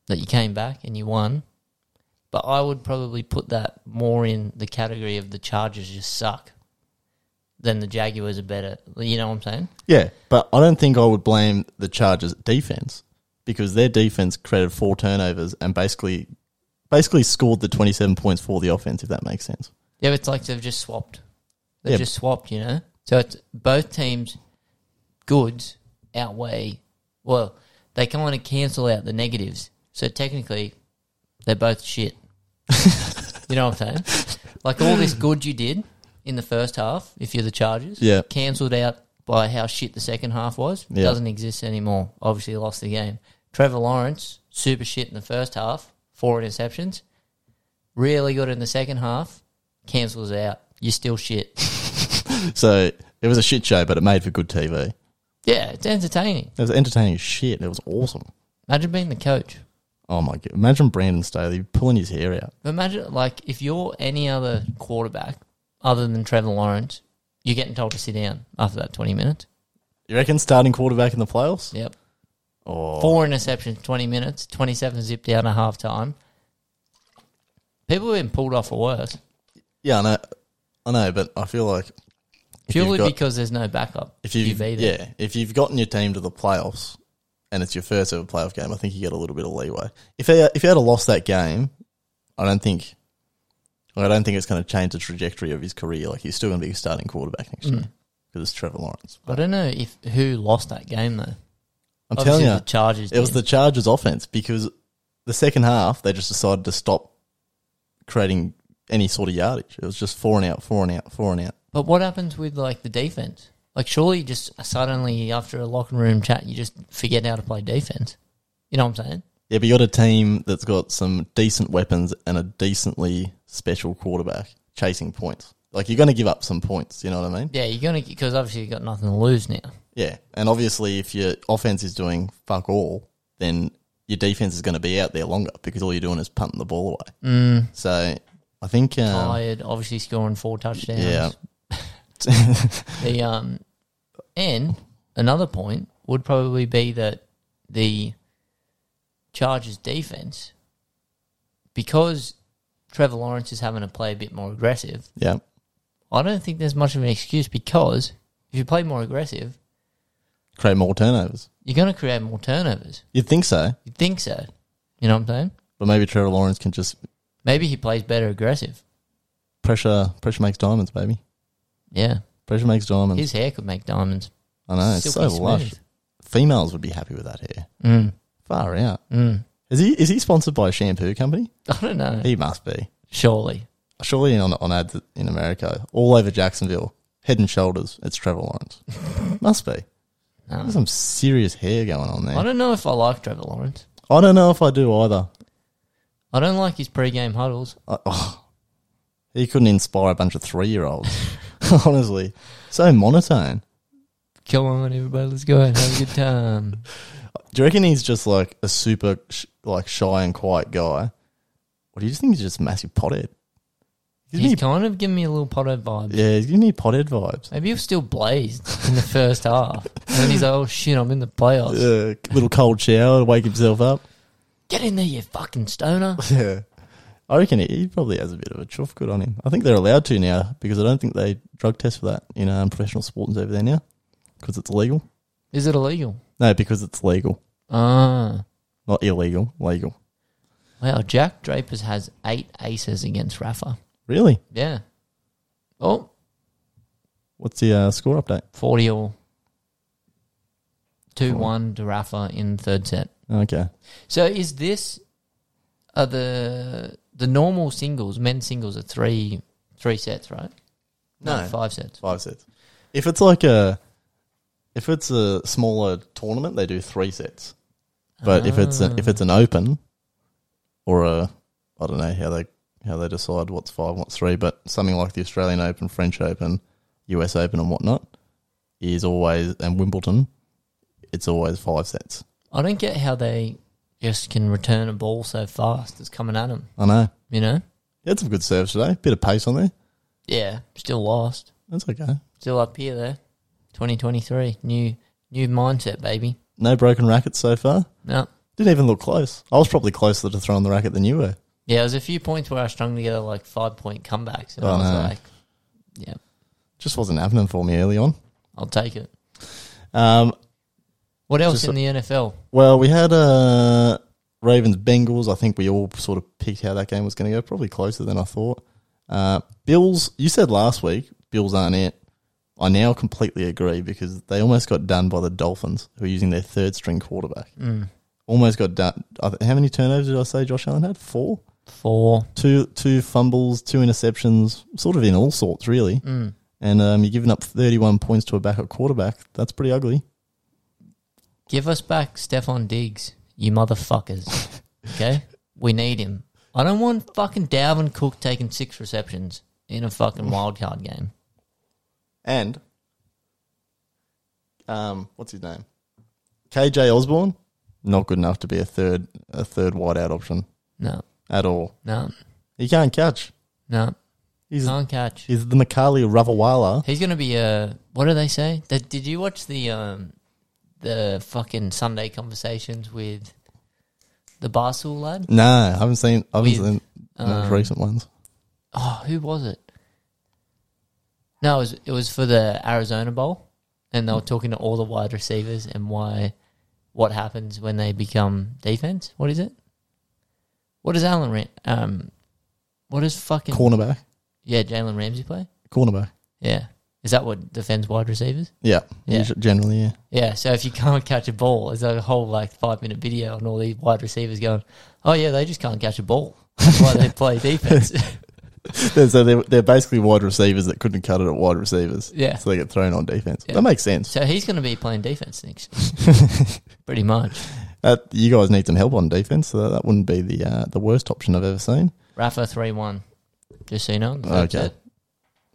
A: that you came back and you won, but I would probably put that more in the category of the Chargers just suck than the Jaguars are better. You know what I'm saying?
B: Yeah, but I don't think I would blame the Chargers defense because their defense created four turnovers and basically basically scored the 27 points for the offense if that makes sense.
A: Yeah, but it's like they've just swapped. They've
B: Yeah.
A: just swapped, you know. So it's both teams' goods outweigh. Well, they kind of cancel out the negatives. So technically, they're both shit. you know what I'm saying? Like all this good you did in the first half, if you're the Chargers,
B: Yeah.
A: cancelled out by how shit the second half was,
B: Yeah.
A: doesn't exist anymore. Obviously, lost the game. Trevor Lawrence, super shit in the first half, four interceptions. Really good in the second half, cancels out. You're still shit.
B: So it was a shit show, but it made for good TV. It
A: Yeah, it's entertaining.
B: was entertaining as shit. It was awesome.
A: Imagine being the coach.
B: Oh my god! Imagine Brandon Staley pulling his hair out.
A: Imagine, like, if you're any other quarterback other than Trevor Lawrence, you're getting told to sit down after that 20 minutes.
B: You reckon starting quarterback in the playoffs?
A: Yep.
B: Oh,
A: Four interceptions, 20 minutes, 27 zip down at half time. People have been pulled off for worse
B: yeah, I know, I know, but I feel like if
A: purely
B: you've got,
A: because there's no backup.
B: if you've,
A: QB there.
B: yeah, if you've gotten your team to the playoffs and it's your first ever playoff game, I think you get a little bit of leeway. If they, if you had lost that game, I don't think, I don't think it's going to change the trajectory of his career. Like he's still going to be a starting quarterback
A: Hmm.
B: next year because it's Trevor Lawrence.
A: I don't know if who lost that game though.
B: I'm
A: Obviously,
B: telling you,
A: the Chargers.
B: It was the
A: did.
B: Chargers' offense because the second half they just decided to stop creating any sort of yardage. It was just four and out, four and out, four and out.
A: But what happens with like the defense? Like surely, just suddenly after a locker room chat, you just forget how to play defense. You know what I'm saying?
B: Yeah, but you got a team that's got some decent weapons and a decently special quarterback chasing points. Like you're going to give up some points. You know what I mean?
A: Yeah, you're gonna because obviously you've got nothing to lose now.
B: Yeah, and obviously if your offense is doing fuck all, then your defense is going to be out there longer because all you're doing is punting the ball away. Mm. So I think. Um,
A: Tired, obviously scoring four touchdowns.
B: yeah.
A: The um, and another point would probably be that the Chargers defense, because Trevor Lawrence is having to play a bit more aggressive.
B: yeah.
A: I don't think there's much of an excuse because if you play more aggressive,
B: Create more turnovers.
A: you're going to create more turnovers.
B: You'd think so.
A: You'd think so. You know what I'm saying?
B: But maybe Trevor Lawrence can just
A: Maybe he plays better aggressive.
B: pressure pressure makes diamonds, baby.
A: Yeah.
B: Pressure makes diamonds.
A: His hair could make diamonds.
B: I know, it's
A: Silky
B: so lush.
A: smooth.
B: Females would be happy with that hair.
A: Mm.
B: Far out.
A: Mm.
B: Is he is he sponsored by a shampoo company?
A: I don't know.
B: He must be.
A: Surely.
B: Surely on on ads in America, all over Jacksonville, head and shoulders, it's Trevor Lawrence. must be.
A: No.
B: There's some serious hair going on there.
A: I don't know if I like Trevor Lawrence.
B: I don't know if I do either.
A: I don't like his pre-game huddles.
B: I, oh, he couldn't inspire a bunch of three year olds. Honestly. So monotone.
A: Come on, everybody, let's go out and have a good time.
B: Do you reckon he's just like a super sh- like shy and quiet guy, or do you just think he's just a massive pothead? Isn't
A: he's
B: he-
A: kind of giving me a little pothead vibe.
B: Yeah, he's giving me pothead vibes.
A: Maybe he was still blazed in the first half. And then he's like, oh shit, I'm in the playoffs.
B: Yeah, little cold shower to wake himself up.
A: Get in there, you fucking stoner.
B: Yeah. I reckon he, he probably has a bit of a chuff good on him. I think they're allowed to now because I don't think they drug test for that in um, professional sports over there now because it's legal.
A: Is it illegal?
B: No, because it's legal,
A: Ah.
B: not illegal, legal.
A: Wow, Jack Drapers has eight aces against Rafa.
B: Really?
A: Yeah. Oh,
B: What's the uh, score update?
A: 40 all. 2 1 to Rafa in third set.
B: Okay.
A: So is this are the the normal singles, men's singles are three three sets, right?
B: No.
A: five sets.
B: Five sets. If it's like a, if it's a smaller tournament, they do three sets. But if it's a, if it's an open, or a, I don't know how they how they decide what's five, what's three, but something like the Australian Open, French Open, U.S. Open, and whatnot is always and Wimbledon, it's always five sets.
A: Ah. I don't get how they just can return a ball so fast. It's coming at them,
B: I know.
A: you know?
B: You had some good serves today. Bit of pace on there.
A: Yeah, still lost.
B: That's okay.
A: Still up here there. 2023, new new mindset, baby.
B: No broken rackets so far.
A: No.
B: Didn't even look close. I was probably closer to throwing the racket than you were.
A: Yeah, there's a few points where I strung together like five point comebacks, and
B: Oh,
A: I was
B: no.
A: like, "Yeah,
B: Just wasn't happening for me early on.
A: I'll take it."
B: Um,
A: What else
B: Just
A: in the NFL?
B: well, we had uh, Ravens Bengals. I think we all sort of picked how that game was going to go. Probably closer than I thought. Uh, Bills. You said last week Bills aren't it. I now completely agree because they almost got done by the Dolphins, who are using their third string quarterback.
A: Hmm.
B: Almost got done. I th- How many turnovers did I say Josh Allen had? Four,
A: Four.
B: two, two fumbles, two interceptions, sort of in all sorts, really.
A: Mm.
B: And um, you're giving up 31 points to a backup quarterback. That's pretty ugly.
A: Give us back Stefan Diggs, you motherfuckers. okay? We need him. I don't want fucking Dalvin Cook taking six receptions in a fucking wild card game.
B: And um, what's his name? KJ Osborne, not good enough to be a third a third wideout option
A: No,
B: at all.
A: no,
B: He can't catch.
A: no.
B: He's
A: Can't catch.
B: he's the Makali Ravawala.
A: He's gonna be uh what do they say? That did you watch the um the fucking Sunday conversations with the Barstool lad?
B: Nah, I haven't seen I haven't
A: With,
B: seen the most
A: um,
B: recent ones.
A: Oh, who was it? No, it was it was for the Arizona Bowl, and they were talking to all the wide receivers and why, what happens when they become defense? What is it? What does Allen Ram- um, what does fucking
B: Cornerback.
A: yeah Jalen Ramsey play?
B: Cornerback.
A: Yeah, is that what defends wide receivers?
B: Yeah.
A: Yeah.
B: Usu- Generally, yeah.
A: Yeah, so if you can't catch a ball, there's a whole like five minute video on all these wide receivers going, oh yeah, they just can't catch a ball. That's why they play defense.
B: so they're, they're basically wide receivers that couldn't cut it at wide receivers.
A: yeah.
B: So they get thrown on defense.
A: Yeah.
B: That makes sense.
A: So he's going to be playing defense next, pretty much.
B: That, you guys need some help on defense, so that wouldn't be the uh, the worst option I've ever seen.
A: Rafa three one. Just so you know.
B: Okay.
A: That's it.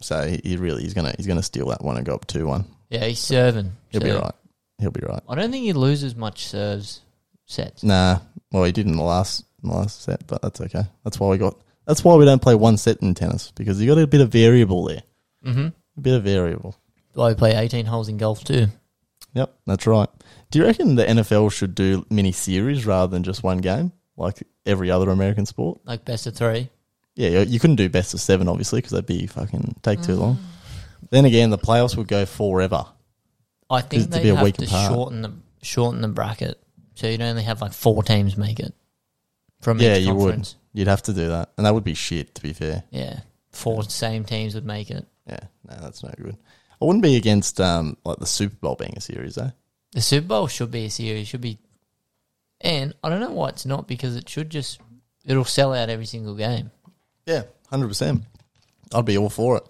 B: So he, he really he's gonna he's gonna steal that one and go up two one.
A: Yeah, he's serving.
B: He'll be
A: So
B: right. He'll be right.
A: I don't think he loses much serves sets.
B: Nah. Well, he did in the last in the last set, but that's okay. That's why we got. That's why we don't play one set in tennis because you got a bit of variable there.
A: Mm-hmm.
B: A bit of variable.
A: Well, we play eighteen holes in golf too.
B: Yep, that's right. Do you reckon the NFL should do mini series rather than just one game like every other American sport?
A: Like best of three.
B: Yeah, you, you couldn't do best of seven obviously because that'd be fucking take too long. Then again, the playoffs would go forever.
A: I
B: Just
A: think
B: to
A: they
B: be a
A: have
B: week
A: to
B: apart.
A: shorten the shorten the bracket. So you'd only have like four teams make it. From
B: Yeah,
A: each
B: you would.
A: conference.
B: You'd have to do that, and that would be shit. To be fair.
A: Yeah. Four same teams would make it.
B: Yeah, no, that's no good. I wouldn't be against um like the Super Bowl being a series eh? though.
A: The Super Bowl should be a series, should be and I don't know why it's not because it should just it'll sell out every single game.
B: Yeah, hundred percent. I'd be all for it.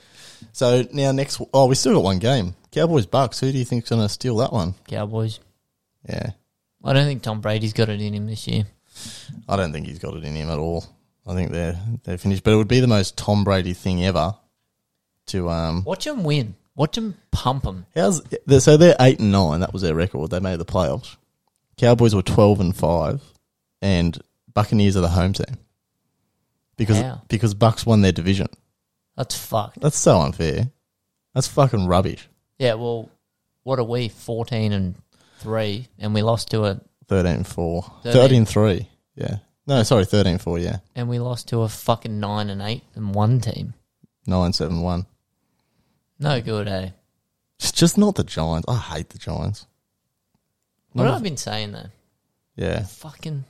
B: So now next, oh, we still got one game. Cowboys Bucks. Who do you think's going to steal that one?
A: Cowboys.
B: Yeah,
A: I don't think Tom Brady's got it in him this year.
B: I don't think he's got it in him at all. I think they're they're finished. But it would be the most Tom Brady thing ever. To um,
A: Watch him win. Watch him pump him.
B: how's they're- so they're eight and nine. That was their record. They made the playoffs. Cowboys were twelve and five, and Buccaneers are the home team because
A: How?
B: because Bucks won their division.
A: That's fucked.
B: That's so unfair. That's fucking rubbish.
A: Yeah, well, what are we? 14 and 3, and we lost to a
B: 13 4.
A: 13.
B: 13 3. Yeah. No, sorry, 13 4. Yeah.
A: and we lost to a fucking 9 and 8 and 1 team.
B: 9 7 1.
A: No good, eh?
B: It's just not the Giants. I hate the Giants.
A: What
B: None
A: have I
B: of-
A: been saying though?
B: Yeah.
A: Fucking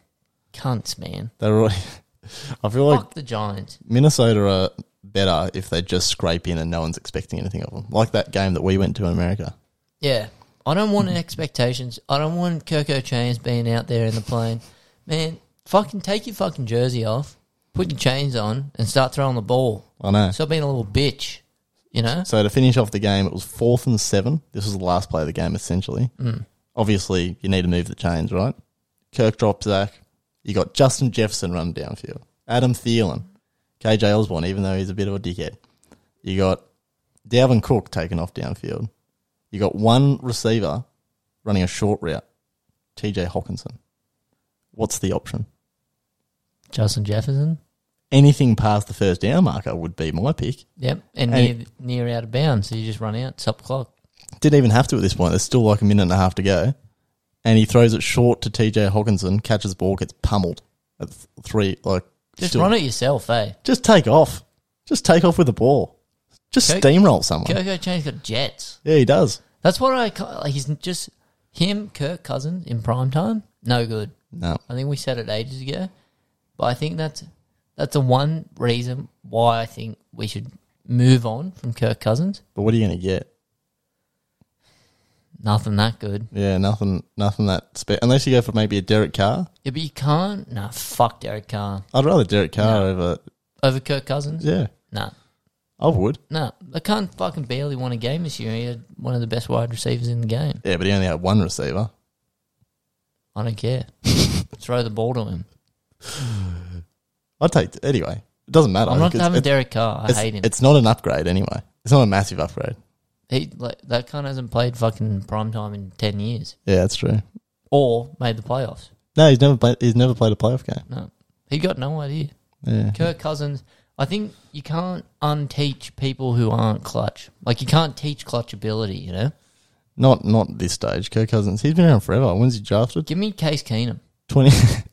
A: cunts, man.
B: They're all. I feel like
A: Fuck the Giants.
B: Minnesota are better if they just scrape in and no one's expecting anything of them. Like that game that we went to in America.
A: Yeah. I don't want expectations. I don't want Coco Chains being out there in the plane. Man, fucking take your fucking jersey off, put your chains on, and start throwing the ball.
B: I know.
A: Stop being a little bitch, you know?
B: So to finish off the game, it was fourth and seven. This was the last play of the game, essentially. Obviously, you need to move the chains, right? Kirk drops back. You got Justin Jefferson running downfield. Adam Thielen, KJ Osborne, even though he's a bit of a dickhead. You got Dalvin Cook taken off downfield. You got one receiver running a short route, TJ Hawkinson. What's the option?
A: Justin Jefferson.
B: Anything past the first down marker would be my pick.
A: Yep. And
B: And-
A: near, near out of bounds, so you just run out, stop the clock.
B: didn't even have to at this point. There's still like a minute and a half to go. And he throws it short to TJ Hawkinson, catches the ball, gets pummeled at th- three. Like,
A: Just
B: still-
A: run it yourself, eh?
B: Just take off. Just take off with the ball. Just
A: Go-
B: steamroll someone.
A: Coco Chains got jets.
B: Yeah, he does.
A: That's what I call like he's just him, Kirk Cousins in prime time, no good.
B: No,
A: I think we said it ages ago, but I think that's that's the one reason why I think we should move on from Kirk Cousins.
B: but what are you going to get?
A: Nothing that good.
B: Yeah, nothing, nothing that spe- unless you go for maybe a Derek Carr.
A: Yeah, but you can't. Nah, fuck Derek Carr
B: I'd rather Derek Carr over.
A: over Kirk Cousins.
B: Yeah,
A: Nah,
B: I would.
A: nah. I can't fucking barely won a game this year. He had one of the best wide receivers in the game.
B: Yeah, but he only had one receiver.
A: I don't care. Throw the ball to him.
B: I'd take anyway. It doesn't matter.
A: I'm not
B: It's-
A: having
B: it's-
A: Derek Carr. I
B: it's-
A: hate him.
B: It's not an upgrade anyway. It's not a massive upgrade.
A: He like that cunt hasn't played fucking prime time in ten years
B: Yeah, that's true.
A: or made the playoffs.
B: No, he's never played. He's never played a playoff game.
A: No, he got no idea.
B: Yeah,
A: Kirk Cousins, I think you can't unteach people who aren't clutch. Like you can't teach clutch ability. You know,
B: not not at this stage. Kirk Cousins. He's been around forever. When's he drafted?
A: give me Case Keenum.
B: Twenty.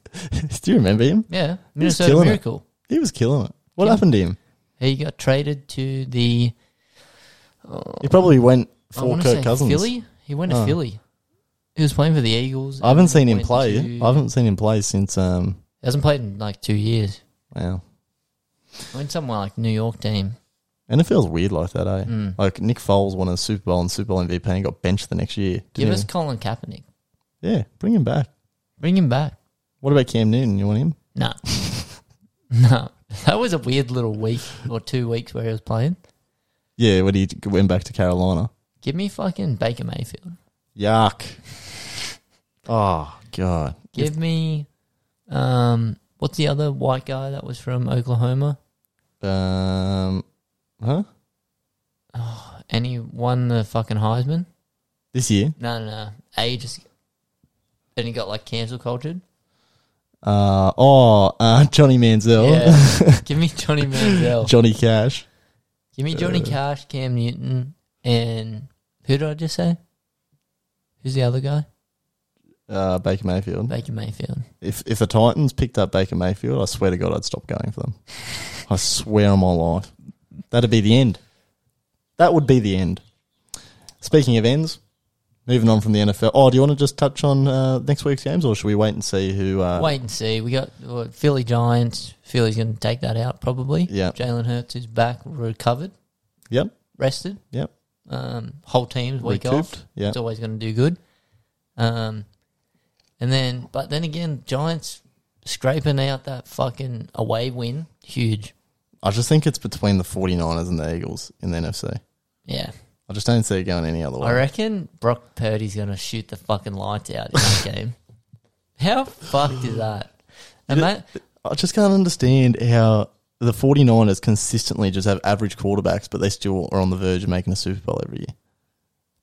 B: Do you remember him?
A: Yeah,
B: He's
A: Minnesota
B: killing it.
A: Miracle.
B: He was killing it. What
A: Yeah.
B: happened to him?
A: He got traded to the
B: He probably went
A: I
B: for
A: want to
B: Kirk
A: say
B: Cousins.
A: Philly. He went to
B: Oh.
A: Philly. He was playing for the Eagles.
B: I haven't
A: and
B: seen him
A: went
B: play.
A: to-
B: I haven't seen him play since. Um.
A: hasn't played in like two years.
B: Wow.
A: Went somewhere like New York team. Hmm.
B: And it feels weird like that,
A: Mm.
B: eh? Like Nick Foles won a Super Bowl and Super Bowl MVP and got benched the next year.
A: Give
B: Didn't
A: us Colin Kaepernick.
B: he? Yeah, bring him back.
A: Bring him back.
B: What about Cam Newton? You want him?
A: No. no. That was a weird little week or two weeks where he was playing.
B: Yeah, when he went back to Carolina.
A: Give me fucking Baker Mayfield.
B: Yuck. oh God.
A: Give me um what's the other white guy that was from Oklahoma?
B: Um. Huh.
A: And he won the fucking Heisman?
B: This year.
A: No, no, no. Ages and he got like cancel cultured.
B: Uh, oh, uh, Johnny Manziel,
A: Yeah. Give me Johnny Manziel.
B: Johnny Cash,
A: Give me
B: Uh.
A: Johnny Cash, Cam Newton, and who did I just say? Who's the other guy?
B: uh, Baker Mayfield.
A: Baker Mayfield.
B: If if the Titans picked up Baker Mayfield, I swear to God, I'd stop going for them. I swear on my life, that'd be the end. That would be the end. Speaking of ends, moving on from the NFL. Oh, do you want to just touch on uh, next week's games, or should we wait and see who? Uh,
A: Wait and see. We got uh, Philly Giants. Philly's going to take that out probably.
B: Yeah.
A: Jalen Hurts is back, recovered,
B: Yep.
A: rested.
B: Yep.
A: Um, whole team's week
B: Recouped.
A: off.
B: Yeah.
A: It's always going to do good. Um, and then, but then again, Giants scraping out that fucking away win, huge.
B: I just think it's between the 49ers and the Eagles in the NFC.
A: Yeah,
B: I just don't see it going any other way.
A: I reckon Brock Purdy's going to shoot the fucking lights out in that game. How fucked is that? And that,
B: I just can't understand how the 49ers consistently just have average quarterbacks, but they still are on the verge of making a Super Bowl every year.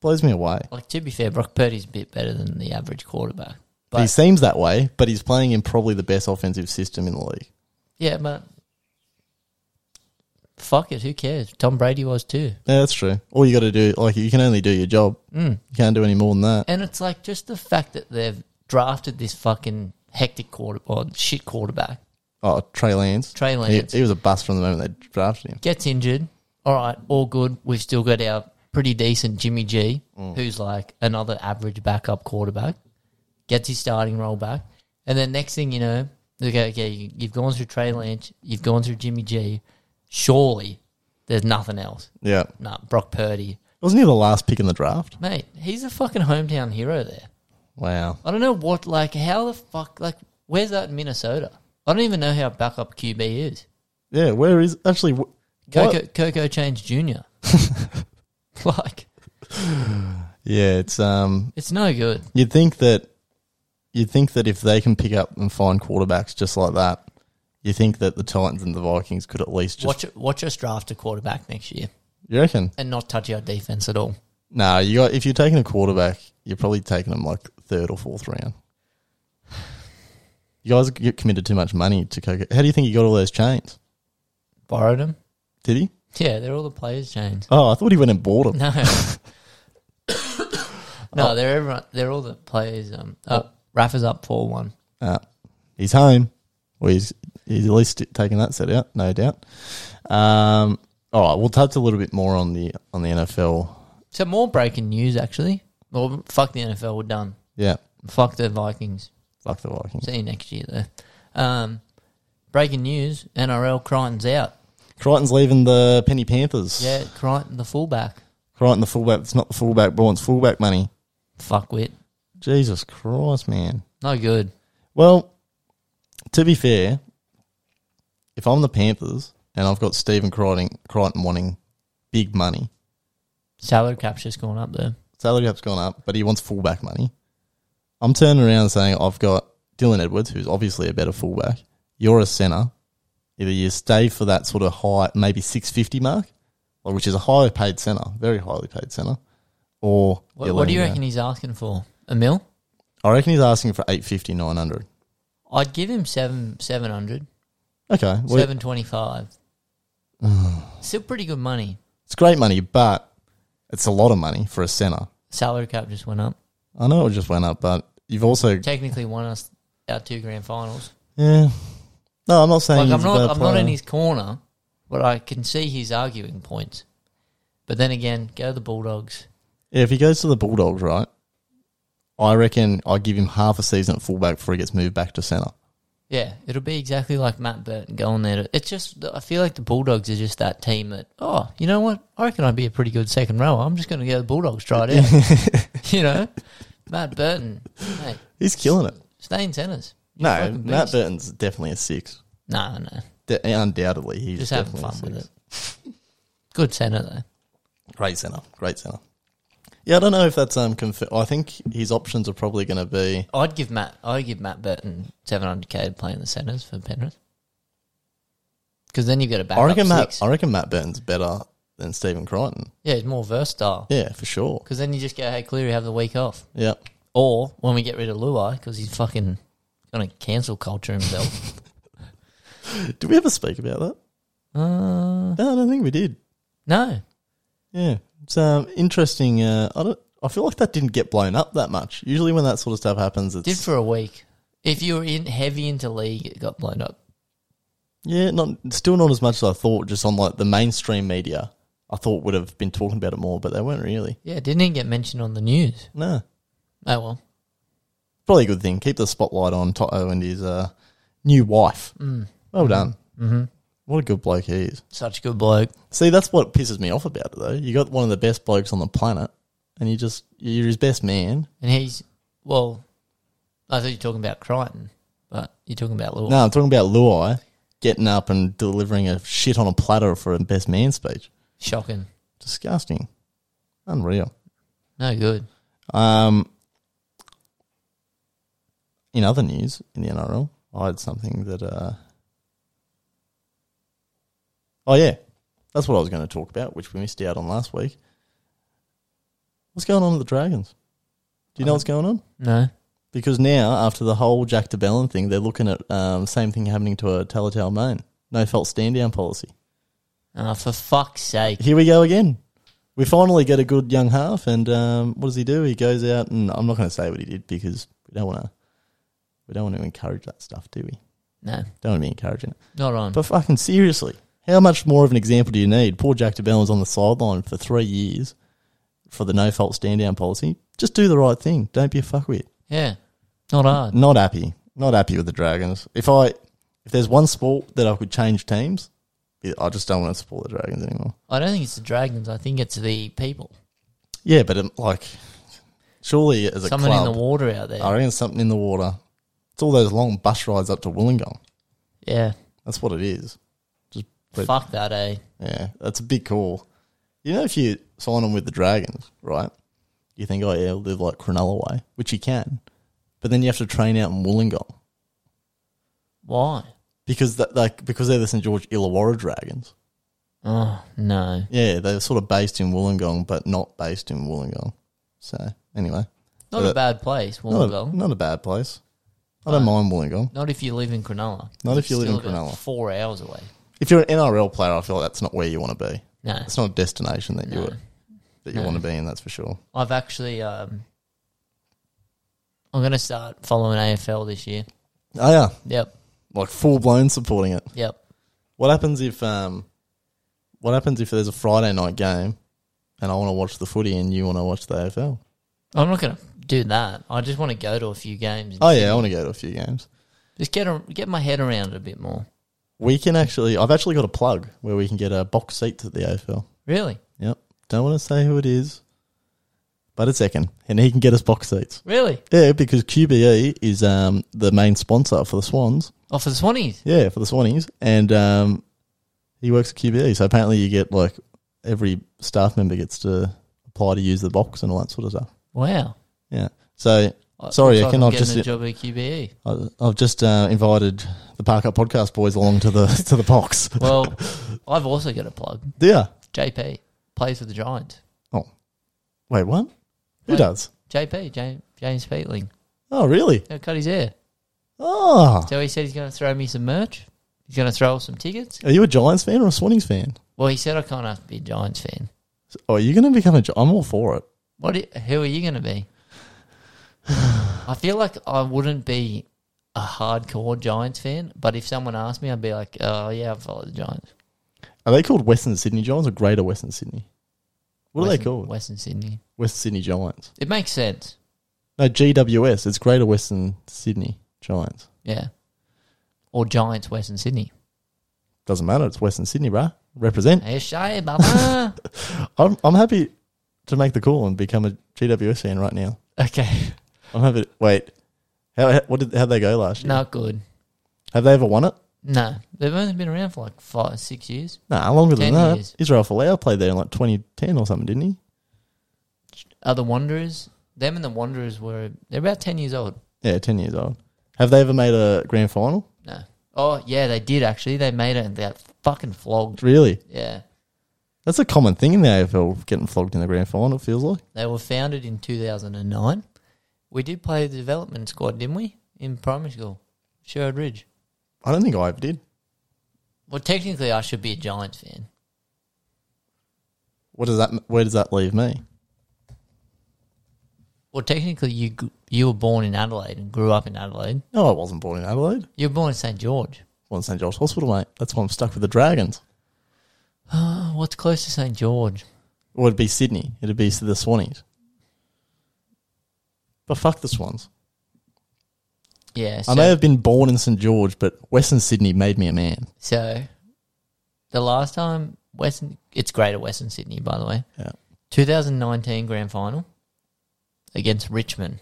B: Blows me away.
A: like, to be fair, Brock Purdy's a bit better than the average quarterback.
B: he
A: But
B: seems that way, but he's playing in probably the best offensive system in the league.
A: Yeah, but Fuck it, who cares? Tom Brady was too.
B: Yeah, that's true. All you got to do, like, you can only do your job.
A: Mm.
B: You can't do any more than that.
A: And it's like just the fact that they've drafted this fucking hectic quarter or shit quarterback,
B: Oh, Trey Lance.
A: Trey
B: He,
A: Lance,
B: he was a bust from the moment they drafted him.
A: gets injured. All right, all good. We've still got our pretty decent Jimmy G, who's like another average backup quarterback, gets his starting role back. And then next thing you know, okay, okay, you- you've gone through Trey Lance, you've gone through Jimmy G. Surely there's nothing else.
B: Yeah.
A: Nah, Brock Purdy.
B: Wasn't he the last pick in the draft?
A: Mate, he's a fucking hometown hero there.
B: Wow.
A: I don't know what, like, how the fuck, like, where's that in Minnesota? I don't even know how backup QB is.
B: Yeah, where is actually? wh- what?
A: Coco, Coco Change Jr. like,
B: Yeah, it's um.
A: it's no good.
B: You'd think that, you'd think that if they can pick up and find quarterbacks just like that, you think that the Titans and the Vikings could at least just.
A: watch, watch us draft a quarterback next year
B: You reckon?
A: and not touch our defense at all.
B: No, you got if you're taking a quarterback, you're probably taking them like third or fourth round. You guys get committed too much money to Coco. How do you think he got all those chains?
A: Borrowed them?
B: Did he?
A: Yeah, they're all the players' chains.
B: Oh, I thought he went and bought them.
A: No. no, they're everyone. They're all the players. Um, uh, Rafa's up four one.
B: Uh, he's home. Well, he's he's at least taking that set out, no doubt. Um, all right, we'll touch a little bit more on the on the NFL.
A: So more breaking news actually. Well, fuck the NFL. We're done.
B: Yeah,
A: Fuck the Vikings.
B: fuck the Vikings.
A: See you next year though. Um, breaking news: NRL Crichton's out.
B: Crichton's leaving the Penny Panthers.
A: Yeah, Crichton the fullback.
B: Crichton the fullback. It's not the fullback, but wants fullback money.
A: Fuck wit.
B: Jesus Christ, man.
A: No good.
B: Well, to be fair, if I'm the Panthers and I've got Stephen Crichton, Crichton wanting big money,
A: Salary cap's just gone up though.
B: salary cap's gone up, but he wants fullback money. I'm turning around and saying I've got Dylan Edwards, who's obviously a better fullback. You're a centre. Either you stay for that sort of high, maybe 650 mark, or- which is a highly paid centre, very highly paid centre, or
A: What,
B: you
A: what do
B: lean
A: you
B: down.
A: reckon he's asking for? A mil?
B: I reckon he's asking for 850, 900.
A: I'd give him seven seven hundred.
B: Okay, well,
A: Seven twenty five. Still pretty good money.
B: it's great money, but it's a lot of money for a centre.
A: Salary cap just went up.
B: I know it just went up, but you've also
A: Technically won us our two grand finals.
B: yeah. No, I'm not saying
A: Like
B: he's
A: I'm
B: a bad
A: not I'm not
B: player.
A: in his corner, but I can see he's arguing points. But then again, go the Bulldogs.
B: Yeah, if he goes to the Bulldogs, right? I reckon I give him half a season at fullback before he gets moved back to centre.
A: Yeah, it'll be exactly like Matt Burton going there. To, it's just I feel like the Bulldogs are just that team that oh you know what I reckon I'd be a pretty good second rower. I'm just going to go to the Bulldogs try it out. you know, Matt Burton, mate,
B: He's killing it.
A: stay in tennis. You
B: No,
A: fucking
B: Matt
A: beast.
B: Burton's definitely a six.
A: Nah, no,
B: De- undoubtedly, he's
A: just having
B: definitely
A: fun
B: a
A: with
B: six.
A: it. Good centre though.
B: Great centre, great centre. Yeah, I don't know if that's um. Conf- I think his options are probably going to be.
A: I'd give Matt. I'd give Matt Burton seven hundred k to play in the centres for Penrith. Because then you've got a backup
B: I reckon Matt.
A: six.
B: I reckon Matt Burton's better than Stephen Crichton.
A: yeah, it's more versatile.
B: Yeah, for sure.
A: Because then you just go, hey, Cleary, have the week off.
B: Yeah.
A: Or when we get rid of Luai, because he's fucking gonna cancel culture himself.
B: Did we ever speak about that?
A: uh,
B: No, I don't think we did.
A: no,
B: Yeah, it's um, interesting. Uh, I don't. I feel like that didn't get blown up that much. Usually, when that sort of stuff happens, it's
A: did for a week. If you were in heavy into league, it got blown up.
B: yeah, not still not as much as I thought. Just on like the mainstream media, I thought would have been talking about it more, but they weren't really.
A: Yeah, it didn't even get mentioned on the news.
B: No,
A: Oh well,
B: probably a good thing. Keep the spotlight on Toto and his uh, new wife.
A: Mm.
B: Well done.
A: mm-hmm.
B: What a good bloke he is.
A: such a good bloke.
B: See, that's what pisses me off about it though. You got one of the best blokes on the planet, and you just you're his best man.
A: And he's well. I thought you were talking about Crichton, but you're talking about Luai.
B: No, I'm talking about Luai getting up and delivering a shit on a platter for a best man speech.
A: Shocking.
B: Disgusting. Unreal.
A: No good.
B: Um, in other news in the NRL, I had something that. Uh, oh, yeah. That's what I was going to talk about, which we missed out on last week. What's going on with the Dragons? Do you know what's going on?
A: No.
B: Because now, after the whole Jack DeBellin thing, they're looking at um, same thing happening to a Talatau Main. No fault stand down policy.
A: Oh, for fuck's sake.
B: Here we go again. We finally get a good young half, and um, what does he do? He goes out, and I'm not going to say what he did because we don't want to. We don't want to encourage that stuff, do we?
A: No,
B: Don't want to be encouraging it.
A: not on.
B: But fucking seriously, how much more of an example do you need? Poor Jack DeBellin was on the sideline for three years for the no fault stand down policy. Just do the right thing. Don't be a fuckwit.
A: Yeah, not hard.
B: Not happy. Not happy with the Dragons. If I, if there's one sport that I could change teams, I just don't want to support the Dragons anymore.
A: I don't think it's the Dragons. I think it's the people.
B: Yeah, but um, like, surely as a
A: Someone
B: club,
A: in the water out there.
B: I reckon something in the water. It's all those long bus rides up to Wollongong.
A: yeah.
B: That's what it is. Just but-
A: Fuck that, eh?
B: Yeah, that's a big call. You know, if you sign on with the Dragons, right? You think, oh yeah, I'll live like Cronulla way, which you can, but then you have to train out in Wollongong
A: Why?
B: because that like because they're the St George Illawarra Dragons.
A: Oh, no.
B: Yeah, they're sort of based in Wollongong, but not based in Wollongong. So anyway,
A: Not
B: But-
A: a bad place,
B: not,
A: Wollongong.
B: A, not a bad place. I don't mind Wollongong.
A: Not if you live in Cronulla.
B: Not if you live in
A: Still about
B: Cronulla.
A: Four hours away.
B: If you're an NRL player, I feel that's not where you want to be.
A: No,
B: It's not a destination that you
A: No.
B: were, that you
A: No.
B: want to be in. That's for sure.
A: I've actually. Um, I'm going to start following AFL this year.
B: Oh yeah,
A: Yep,
B: like full blown supporting it.
A: yep.
B: What happens if um, what happens if there's a Friday night game, and I want to watch the footy and you want to watch the AFL?
A: I'm not going to do that. I just want to go to a few games. and
B: Oh yeah, I want to go to a few games.
A: Just get a, get my head around it a bit more.
B: We can actually. I've actually got a plug where we can get a box seat at the AFL.
A: Really?
B: Yep. Don't want to say who it is, but it's Ekin, and he can get us box seats.
A: Really?
B: Yeah, because QBE is um the main sponsor for the Swans.
A: Oh, for the Swannies?
B: Yeah, for the Swannies, and um, he works at QBE. So apparently, you get like every staff member gets to apply to use the box and all that sort of stuff.
A: Wow.
B: Yeah. So
A: I-
B: Sorry,
A: looks
B: I can-
A: I'm
B: I've
A: getting
B: just-
A: a job at E. QBE.
B: I- I've just uh, invited the Park Up Podcast boys along to the to the box.
A: Well, I've also got a plug.
B: Yeah.
A: JP plays for the Giants.
B: Wait, what? Who
A: Wait.
B: does?
A: JP James James Peatling.
B: Oh, really?
A: He'll cut his hair.
B: Oh,
A: So he said he's going to throw me some merch. He's going to throw us some tickets.
B: are you a Giants fan or a Swannings fan?
A: Well, he said I can't have to be a Giants fan.
B: Oh, are you going to become a? Gi- I'm all for it.
A: What? i- Who are you going to be? I feel like I wouldn't be a hardcore Giants fan, but if someone asked me, I'd be like, "Oh yeah, I follow the Giants."
B: Are they called Western Sydney Giants or Greater Western Sydney? What are
A: Western,
B: they called?
A: Western Sydney.
B: Western Sydney Giants.
A: It makes sense.
B: No, GWS. It's Greater Western Sydney Giants.
A: Yeah. Or Giants Western Sydney.
B: Doesn't matter. It's Western Sydney, bruh. Represent.
A: Hey, Shay, Baba.
B: I'm I'm happy to make the call and become a GWS fan right now.
A: okay,
B: I'm having wait. How, how what did how they go last year?
A: not good.
B: Have they ever won it?
A: No, they've only been around for like five, six years.
B: Nah, longer than
A: 10
B: that.
A: years.
B: Israel Folau played there in like 2010 or something, didn't he?
A: Are the Wanderers? Them and the Wanderers were they're about ten years old.
B: Yeah, 10 years old. Have they ever made a grand final?
A: No. Oh yeah, they did actually. They made it and they got fucking flogged.
B: Really?
A: Yeah.
B: That's a common thing in the AFL, getting flogged in the grand final. It feels like.
A: They were founded in 2009. We did play the development squad, didn't we? In primary school, Sherrod Ridge.
B: I don't think I ever did.
A: Well, technically, I should be a Giants fan.
B: What does that? Where does that leave me?
A: Well, technically, you gr- you were born in Adelaide and grew up in Adelaide.
B: No, I wasn't born in Adelaide.
A: You were born in St George.
B: Well, in St George Hospital, mate. That's why I'm stuck with the Dragons.
A: Oh, what's close to St George?
B: Or it'd be Sydney. It'd be the Swannies. But fuck the Swans.
A: Yeah.
B: I
A: So,
B: may have been born in St George, but Western Sydney made me a man.
A: so the last time Western, it's Greater Western Sydney, by the way.
B: Yeah.
A: 2019 grand final against Richmond.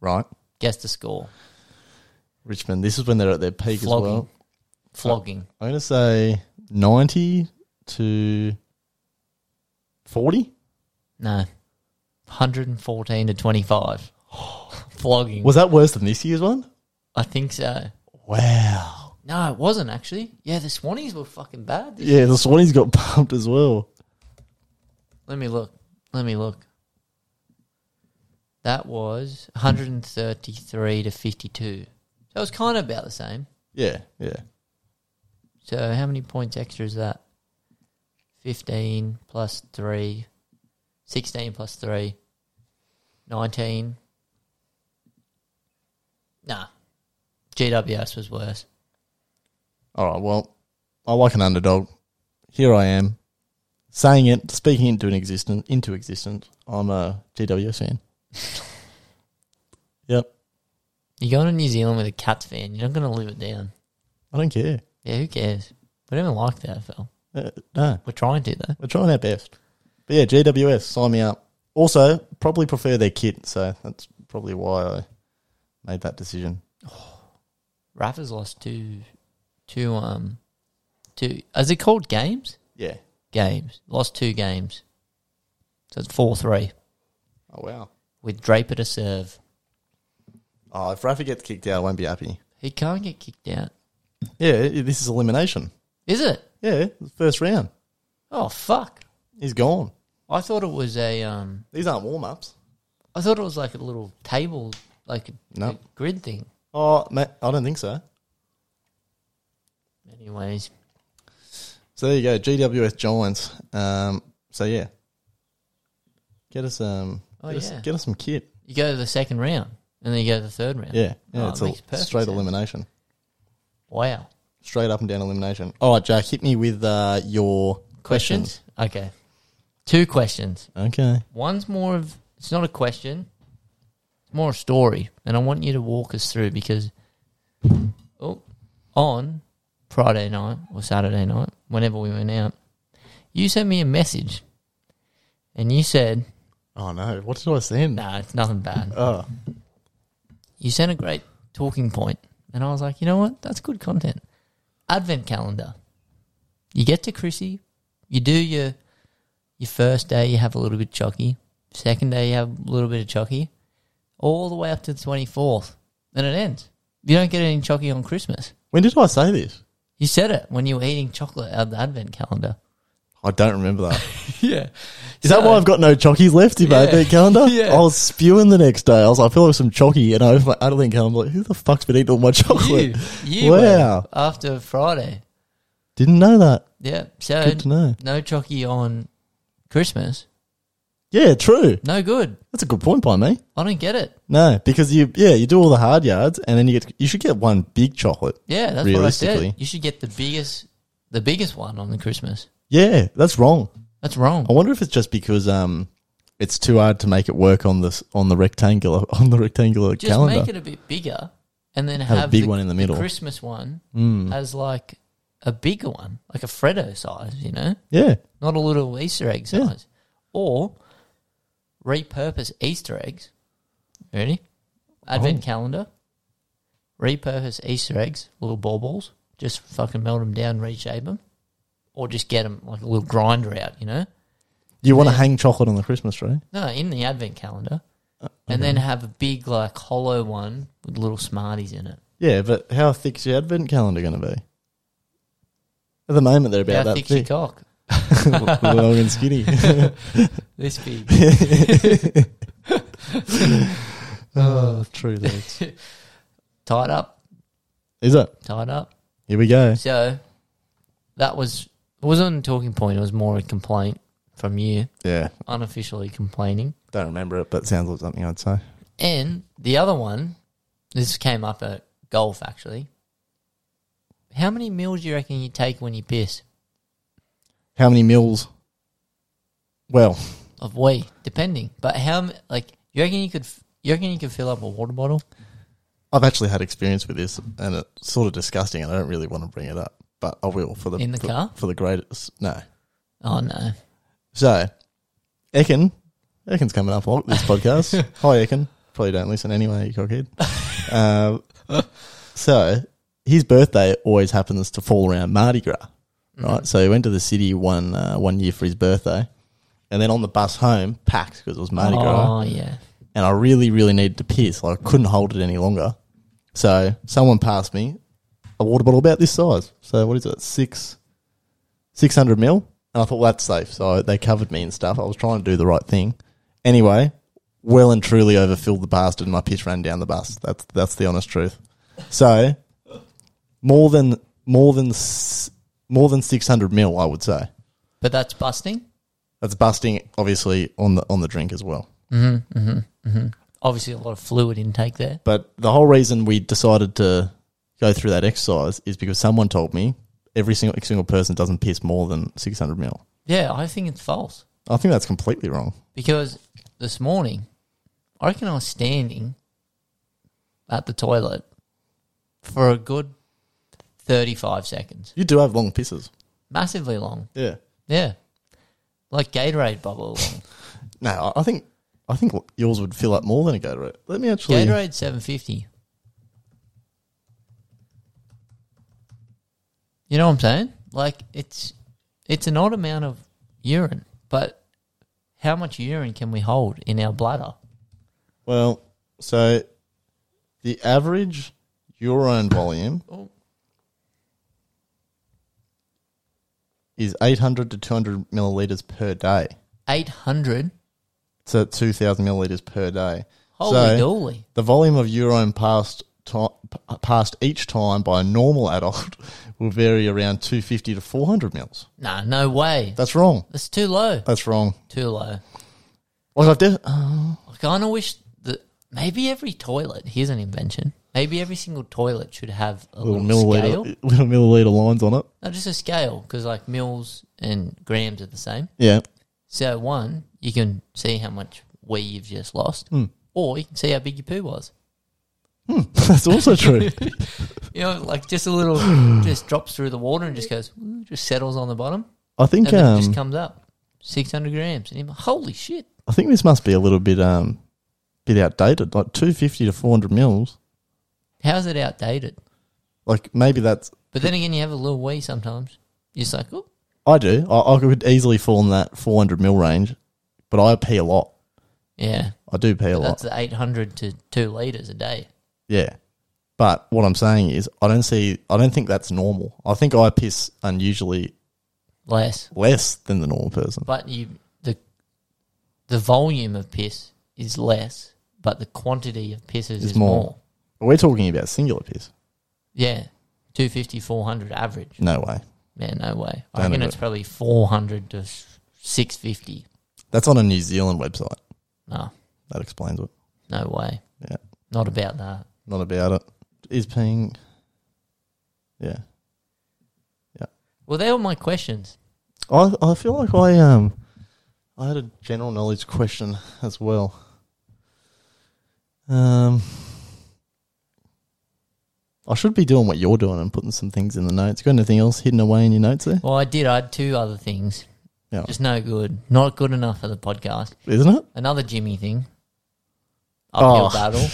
B: Right.
A: Guess the score.
B: Richmond. This is when they're at their peak
A: Flogging.
B: as well.
A: Flogging.
B: I'm going to say 90 to 40.
A: No. 114 to 25. Flogging.
B: Was that worse than this year's one?
A: I think so.
B: Wow.
A: No, it wasn't actually. Yeah, the Swannies were fucking bad. this-
B: Yeah, the Swannies got pumped as well.
A: Let me look. Let me look. That was 133 to 52. So it was kind of about the same.
B: Yeah, yeah.
A: So how many points extra is that? 15 plus 3, 16 plus 3, 19. Nah. GWS was worse.
B: All right, well, I like an underdog. Here I am, saying it, speaking into an existence, into existence. I'm a GWS fan. yep,
A: You're going to New Zealand with a Cats fan. You're not going to live it down.
B: I don't care.
A: Yeah, who cares? We don't even like the AFL.
B: Uh, no,
A: We're trying to, though.
B: we're trying our best. But yeah, GWS, sign me up. Also, probably prefer their kit, so that's probably why I made that decision.
A: Rafa's lost two, two, um, two. Is it called games?
B: Yeah.
A: Games. Lost two games. So it's 4 3
B: Oh wow.
A: with Draper to serve.
B: Oh, if Rafa gets kicked out, I won't be happy.
A: He can't get kicked out.
B: Yeah, i- this is elimination.
A: Is it?
B: Yeah, the first round.
A: Oh, fuck.
B: He's gone.
A: I thought it was a, um,
B: These aren't warm ups.
A: I thought it was like a little table, like a,
B: No.
A: a grid thing.
B: Oh, ma I don't think so.
A: Anyways,
B: So there you go, GWS Giants. Um, so yeah, get us um,
A: Oh,
B: get,
A: yeah.
B: us, get us some kit.
A: you go to the second round and then you go to the third round.
B: Yeah, yeah,
A: Oh,
B: it's
A: it
B: a
A: makes perfect
B: straight
A: sense.
B: elimination,
A: Wow.
B: straight up and down elimination. All right, Jack, hit me with uh, your
A: Questions?
B: questions.
A: Okay. Two questions.
B: Okay.
A: One's more of it's not a question. It's more a story, and I want you to walk us through because oh, on Friday night or Saturday night, whenever we went out, you sent me a message, and you said,
B: Oh no, what did I send?
A: "Nah, it's nothing bad."
B: Oh,
A: You sent a great talking point, and I was like, "You know what? That's good content." Advent calendar. You get to Chrissy, you do your your first day, you have a little bit of chocky. Second day, you have a little bit of chocky, all the way up to the twenty fourth. Then it ends. You don't get any chocky on Christmas.
B: when did I say this?
A: You said it when you were eating chocolate out of the Advent calendar.
B: I don't remember that.
A: yeah,
B: Is that why I've got no chockies left in my
A: Yeah.
B: advent calendar?
A: Yeah.
B: I was spewing the next day. I was like, I feel like some chocky, and I opened my advent calendar. I'm like, who the fuck's been eating all my
A: you?
B: chocolate?
A: You
B: Wow.
A: were after Friday.
B: Didn't know that.
A: Yeah, so
B: Good to know.
A: no chocky on Christmas.
B: Yeah, true.
A: No good.
B: That's a good point by me.
A: I don't get it.
B: No, because you yeah you do all the hard yards, and then you get you should get one big chocolate.
A: Yeah, that's what I said.
B: Realistically.
A: You should get the biggest, the biggest one on the Christmas.
B: Yeah, that's wrong.
A: That's wrong.
B: I wonder if it's just because um it's too hard to make it work on this on the rectangular on the rectangular
A: Just
B: calendar.
A: make it a bit bigger, and then have,
B: Have a big
A: the,
B: one in the Hmm. middle.
A: Christmas one as like a bigger one, like a Freddo size. You know,
B: yeah,
A: not a little Easter egg
B: Yeah.
A: size, or repurpose Easter eggs. Ready? Advent
B: Oh.
A: calendar. Repurpose Easter eggs, little ball balls. Just fucking melt them down, reshape them, or just get them like a little grinder out. You know.
B: you want to hang chocolate on the Christmas tree?
A: No, in the advent calendar.
B: Uh,
A: And then have a big, like, hollow one with little smarties in it.
B: Yeah, but how thick's your advent calendar going to be? At the moment, they're about
A: How
B: that
A: thick's your
B: thick,
A: cock?
B: long and skinny.
A: This big.
B: oh, true. That's.
A: tied up.
B: Is it?
A: Tied up.
B: Here we go.
A: So, that was, it wasn't a talking point. It was more a complaint from you,
B: Yeah,
A: unofficially complaining.
B: don't remember it, but sounds like something I'd say.
A: And the other one, this came up at golf, actually. How many meals do you reckon you take when you piss?
B: How many meals? Well,
A: Of wee, depending. But how, m- like, you reckon you could, f- you reckon you could fill up a water bottle?
B: I've actually had experience with this, and it's sort of disgusting. And I don't really want to bring it up, but I will for the
A: In the
B: for,
A: car?
B: for the greatest. No,
A: Oh, no.
B: so Ekin, Ekin's coming up on this podcast. Hi, Ekin. Probably don't listen anyway, you cockhead. um, so his birthday always happens to fall around Mardi Gras,
A: Mm-hmm.
B: right? So he went to the city one uh, one year for his birthday, and then on the bus home, packed because it was Mardi Gras.
A: Oh yeah.
B: and I really, really needed to piss. Like I couldn't hold it any longer. So someone passed me a water bottle about this size. So what is it? Six, six hundred mil. And I thought well, that's safe. So they covered me and stuff. I was trying to do the right thing. Anyway, well and truly overfilled the bastard, and my piss ran down the bus. That's that's the honest truth. So more than more than s- more than six hundred mil, I would say.
A: But that's busting.
B: That's busting, obviously, on the on the drink as well.
A: Mm-hmm, Obviously, a lot of fluid intake there.
B: But the whole reason we decided to go through that exercise is because someone told me every single single person doesn't piss more than 600 mil.
A: Yeah, I think it's false
B: I think that's completely wrong.
A: because this morning, I reckon I was standing at the toilet for a good 35 seconds.
B: You do have long pisses.
A: Massively long.
B: Yeah.
A: Yeah. Like Gatorade bubble long.
B: No, I- I think I think yours would fill up more than a Gatorade. Let me actually.
A: Gatorade 750. You know what I'm saying? Like it's it's an odd amount of urine, but how much urine can we hold in our bladder?
B: Well, so the average urine volume
A: Oh.
B: is 800 to 200 milliliters per day.
A: 800.
B: So 2,000 milliliters per day.
A: Holy
B: So-
A: dooly.
B: The volume of urine passed ti p- passed each time by a normal adult will vary around 250 to 400 mils.
A: No, no way.
B: That's wrong.
A: That's too low.
B: That's wrong.
A: Too low.
B: Like I've def- uh,
A: I kind of wish that maybe every toilet, here's an invention. Maybe every single toilet should have a
B: little
A: little, Oh, scale.
B: milliliter little milliliter lines on it.
A: No, just a scale because like mils and grams are the same.
B: Yeah.
A: So one, you can see how much wee you've just lost, or you can see how big your poo was.
B: That's also true.
A: You know, like just a little, just drops through the water and just goes, ooh, just settles on the bottom,
B: I think
A: and then it
B: um,
A: just comes up, six hundred grams, and you're like, holy shit!
B: I think this must be a little bit um bit outdated. Like 250 to 400 mils.
A: How's it outdated?
B: Like maybe that's
A: But then again, you have a little wee sometimes. You're just like, oh,
B: I do. I, I could easily fall in that 400 mil range, but I pee a lot.
A: yeah,
B: I do pee a lot.
A: that's the eight hundred to two liters a day.
B: Yeah. But what I'm saying is I don't see I don't think that's normal. I think I piss unusually
A: Less,
B: less than the normal person.
A: but you the the volume of piss is less, but the quantity of pisses is
B: more.
A: more.
B: But we're talking about singular piss.
A: Yeah. 250, 400 average.
B: No way.
A: Man, no way. I
B: Don't
A: reckon
B: agree.
A: it's probably 400 to s- 650.
B: That's on a New Zealand website.
A: No,
B: That explains it.
A: no way.
B: Yeah.
A: Not about that.
B: Not about it. Is peeing Yeah.
A: Well, they were my questions.
B: I I feel like I um I had a general knowledge question as well. Um I should be doing what you're doing and putting some things in the notes. Got anything else hidden away in your notes there?
A: Well, I did. I had two other things.
B: Yeah.
A: Just no good. Not good enough for the podcast.
B: Isn't it?
A: Another Jimmy thing. Uphill
B: Oh.
A: battle.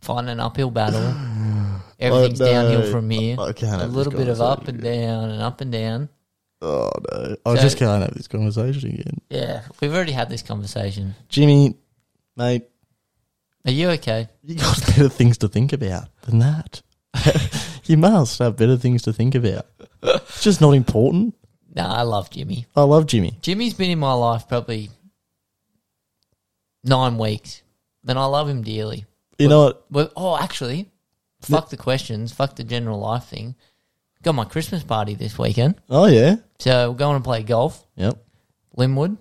A: Find an uphill battle. Everything's
B: no.
A: downhill from here.
B: I can't
A: A
B: have this
A: little bit of up and
B: conversation.
A: down and up and down.
B: Oh no. I
A: So-
B: just can't have this conversation again.
A: Yeah. We've already had this conversation.
B: Jimmy, mate,
A: Are you okay?
B: you got better things to think about than that. you must have better things to think about. It's just not important.
A: No, I love Jimmy.
B: I love Jimmy.
A: Jimmy's been in my life probably nine weeks, and I love him dearly.
B: You know what?
A: Well, oh, actually, fuck the questions, fuck the general life thing. Got my Christmas party this weekend,
B: Oh yeah.
A: so we're going to play golf,
B: Yep.
A: Linwood.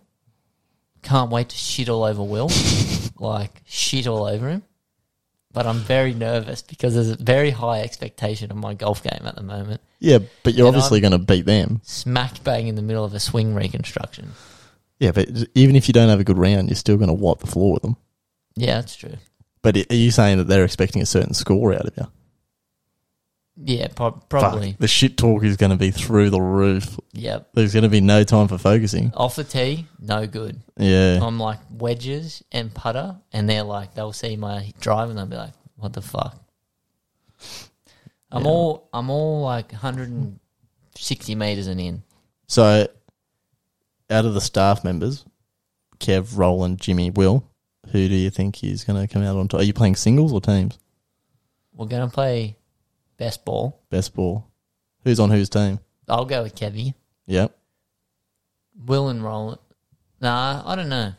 A: Can't wait to shit all over Will, like shit all over him. But I'm very nervous because there's a very high expectation of my golf game at the moment.
B: Yeah, but you're
A: And
B: obviously going to beat them.
A: Smack bang in the middle of a swing reconstruction.
B: Yeah, but even if you don't have a good round, you're still going to wipe the floor with them.
A: Yeah, that's true.
B: But i- are you saying that they're expecting a certain score out of you?
A: Yeah, prob
B: Fuck,
A: probably.
B: the shit talk is going to be through the roof.
A: Yep.
B: There's going to be no time for focusing.
A: off the tee, no good.
B: Yeah.
A: I'm like wedges and putter, and they're like they'll see my drive and they'll be like, "What the fuck?" I'm
B: Yeah.
A: all I'm all like 160 meters and in.
B: So, out of the staff members, Kev, Roland, Jimmy, Will, who do you think is going to come out on top? Are you playing singles or teams?
A: We're gonna play best ball.
B: Best ball. Who's on whose team?
A: I'll go with Kevy,
B: Yep.
A: Will and Roland. Nah, I don't know.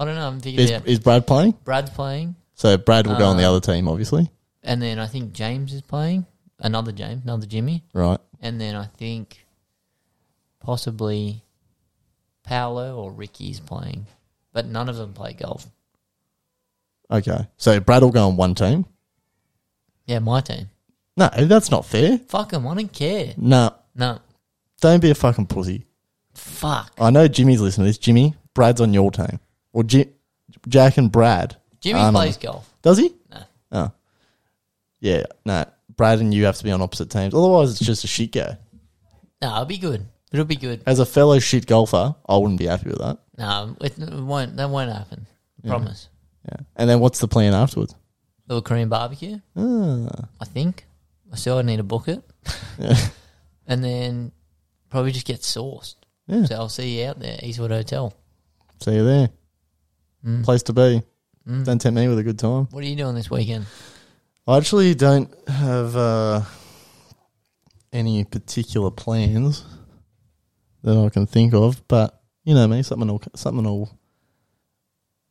A: I don't know. I'm figuring
B: Is,
A: it out.
B: is Brad playing?
A: Brad's playing,
B: So Brad will go on the
A: Uh,
B: other team, obviously.
A: and then I think James is playing. Another James, another Jimmy,
B: Right.
A: and then I think possibly Paolo or Ricky's playing, but none of them play golf.
B: Okay. So Brad will go on one team.
A: Yeah, my team.
B: No, that's not fair.
A: Fuck 'em, I don't care.
B: No,
A: No,
B: don't be a fucking pussy.
A: fuck.
B: I know Jimmy's listening to this. Jimmy, Brad's on your team. Or Ji- Jack and Brad.
A: Jimmy
B: aren't on
A: plays golf.
B: Does he?
A: No.
B: Oh. Yeah, no. Brad and you have to be on opposite teams. Otherwise, it's just a shit go.
A: No, it'll be good. It'll be good.
B: As a fellow shit golfer, I wouldn't be happy with that.
A: No, it, it won't. That won't happen. I Promise.
B: Yeah. And then what's the plan afterwards? Ah,
A: Little Korean barbecue. I think. I still need to book it. and then probably just get sourced.
B: Yeah.
A: So I'll see you out there, Eastwood Hotel. Mm.
B: See you there. Place to be. Don't tempt me with a good time.
A: What are you doing this weekend?
B: I actually don't have uh, any particular plans that I can think of, but you know me, something will something will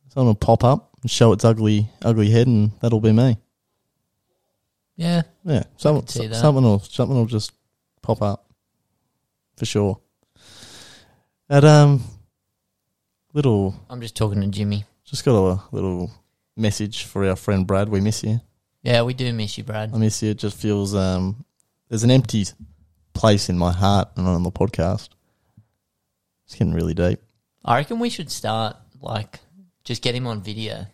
B: something will pop up and show its ugly ugly head, and that'll be me.
A: Yeah.
B: Yeah, someone
A: see that.
B: something will something will just pop up for sure. At um, little
A: I'm just talking to Jimmy.
B: just got a little message for our friend Brad. We miss you.
A: Yeah, we do miss you, Brad.
B: I miss you. It just feels um, there's an empty place in my heart and on the podcast. It's getting really deep.
A: I reckon we should start like just get him on video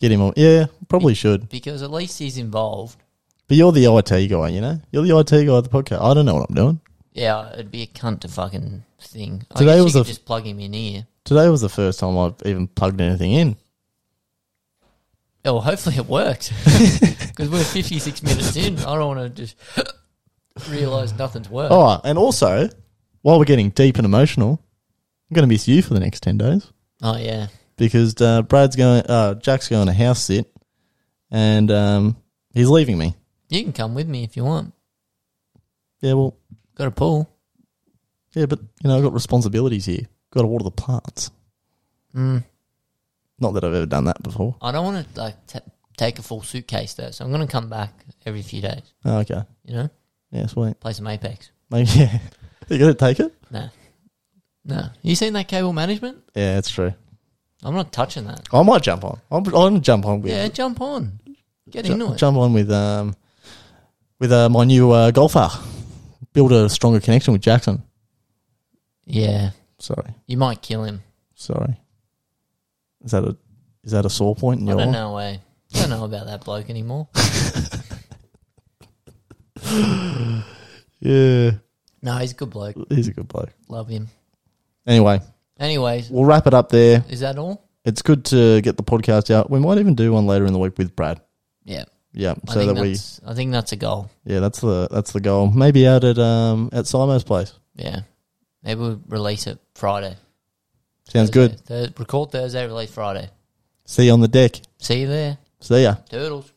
B: Get him on. Yeah, probably should.
A: because at least he's involved.
B: But you're the IT guy, you know? You're the IT guy of the podcast. I don't know what I'm doing.
A: Yeah, it'd be a cunt to fucking thing. I
B: Today
A: guess you
B: was
A: could
B: a-
A: just plug him in here.
B: Today was the first time I've even plugged anything in.
A: Oh, well, hopefully it works because we're 56 minutes in. I don't want to just realize nothing's worked.
B: Oh, and also, while we're getting deep and emotional, I'm going to miss you for the next 10 days
A: oh yeah.
B: because uh, Brad's going, uh, Jack's going to house sit and um, he's leaving me.
A: You can come with me if you want.
B: Yeah, well,
A: Got a pool.
B: Yeah, but you know, I've got responsibilities here. Got to water the plants.
A: Mm.
B: Not that I've ever done that before.
A: I don't want to like t- take a full suitcase though, so I'm going to come back every few days.
B: Oh, okay.
A: You know,
B: Yeah, sweet.
A: play some Apex.
B: Maybe, yeah. you gonna take it?
A: No, no. You seen that cable management?
B: Yeah, that's true.
A: I'm not touching that.
B: I might jump on. I'm, I'm gonna jump on with.
A: Yeah, jump on. Get
B: ju-
A: into it.
B: Jump on with um, with uh, my new uh, golfer. Build a stronger connection with Jackson.
A: Yeah,
B: Sorry,
A: you might kill him.
B: sorry. Is that a is that a sore point in
A: I
B: your?
A: don't know. Eh? I don't know about that bloke anymore.
B: Yeah,
A: No, he's a good bloke.
B: he's a good bloke.
A: Love him.
B: Anyway,
A: Anyways,
B: we'll wrap it up there.
A: is that all?
B: It's good to get the podcast out. We might even do one later in the week with Brad.
A: Yeah,
B: Yeah,
A: I
B: so
A: think
B: that we
A: that's. I think that's a goal.
B: Yeah, that's the that's the goal. Maybe out at um at Simo's place.
A: Yeah, maybe we'll release it Friday.
B: Sounds
A: Thursday.
B: good.
A: Thurs- record Thursday, release Friday.
B: See you on the deck.
A: See you there.
B: See ya.
A: Turtles.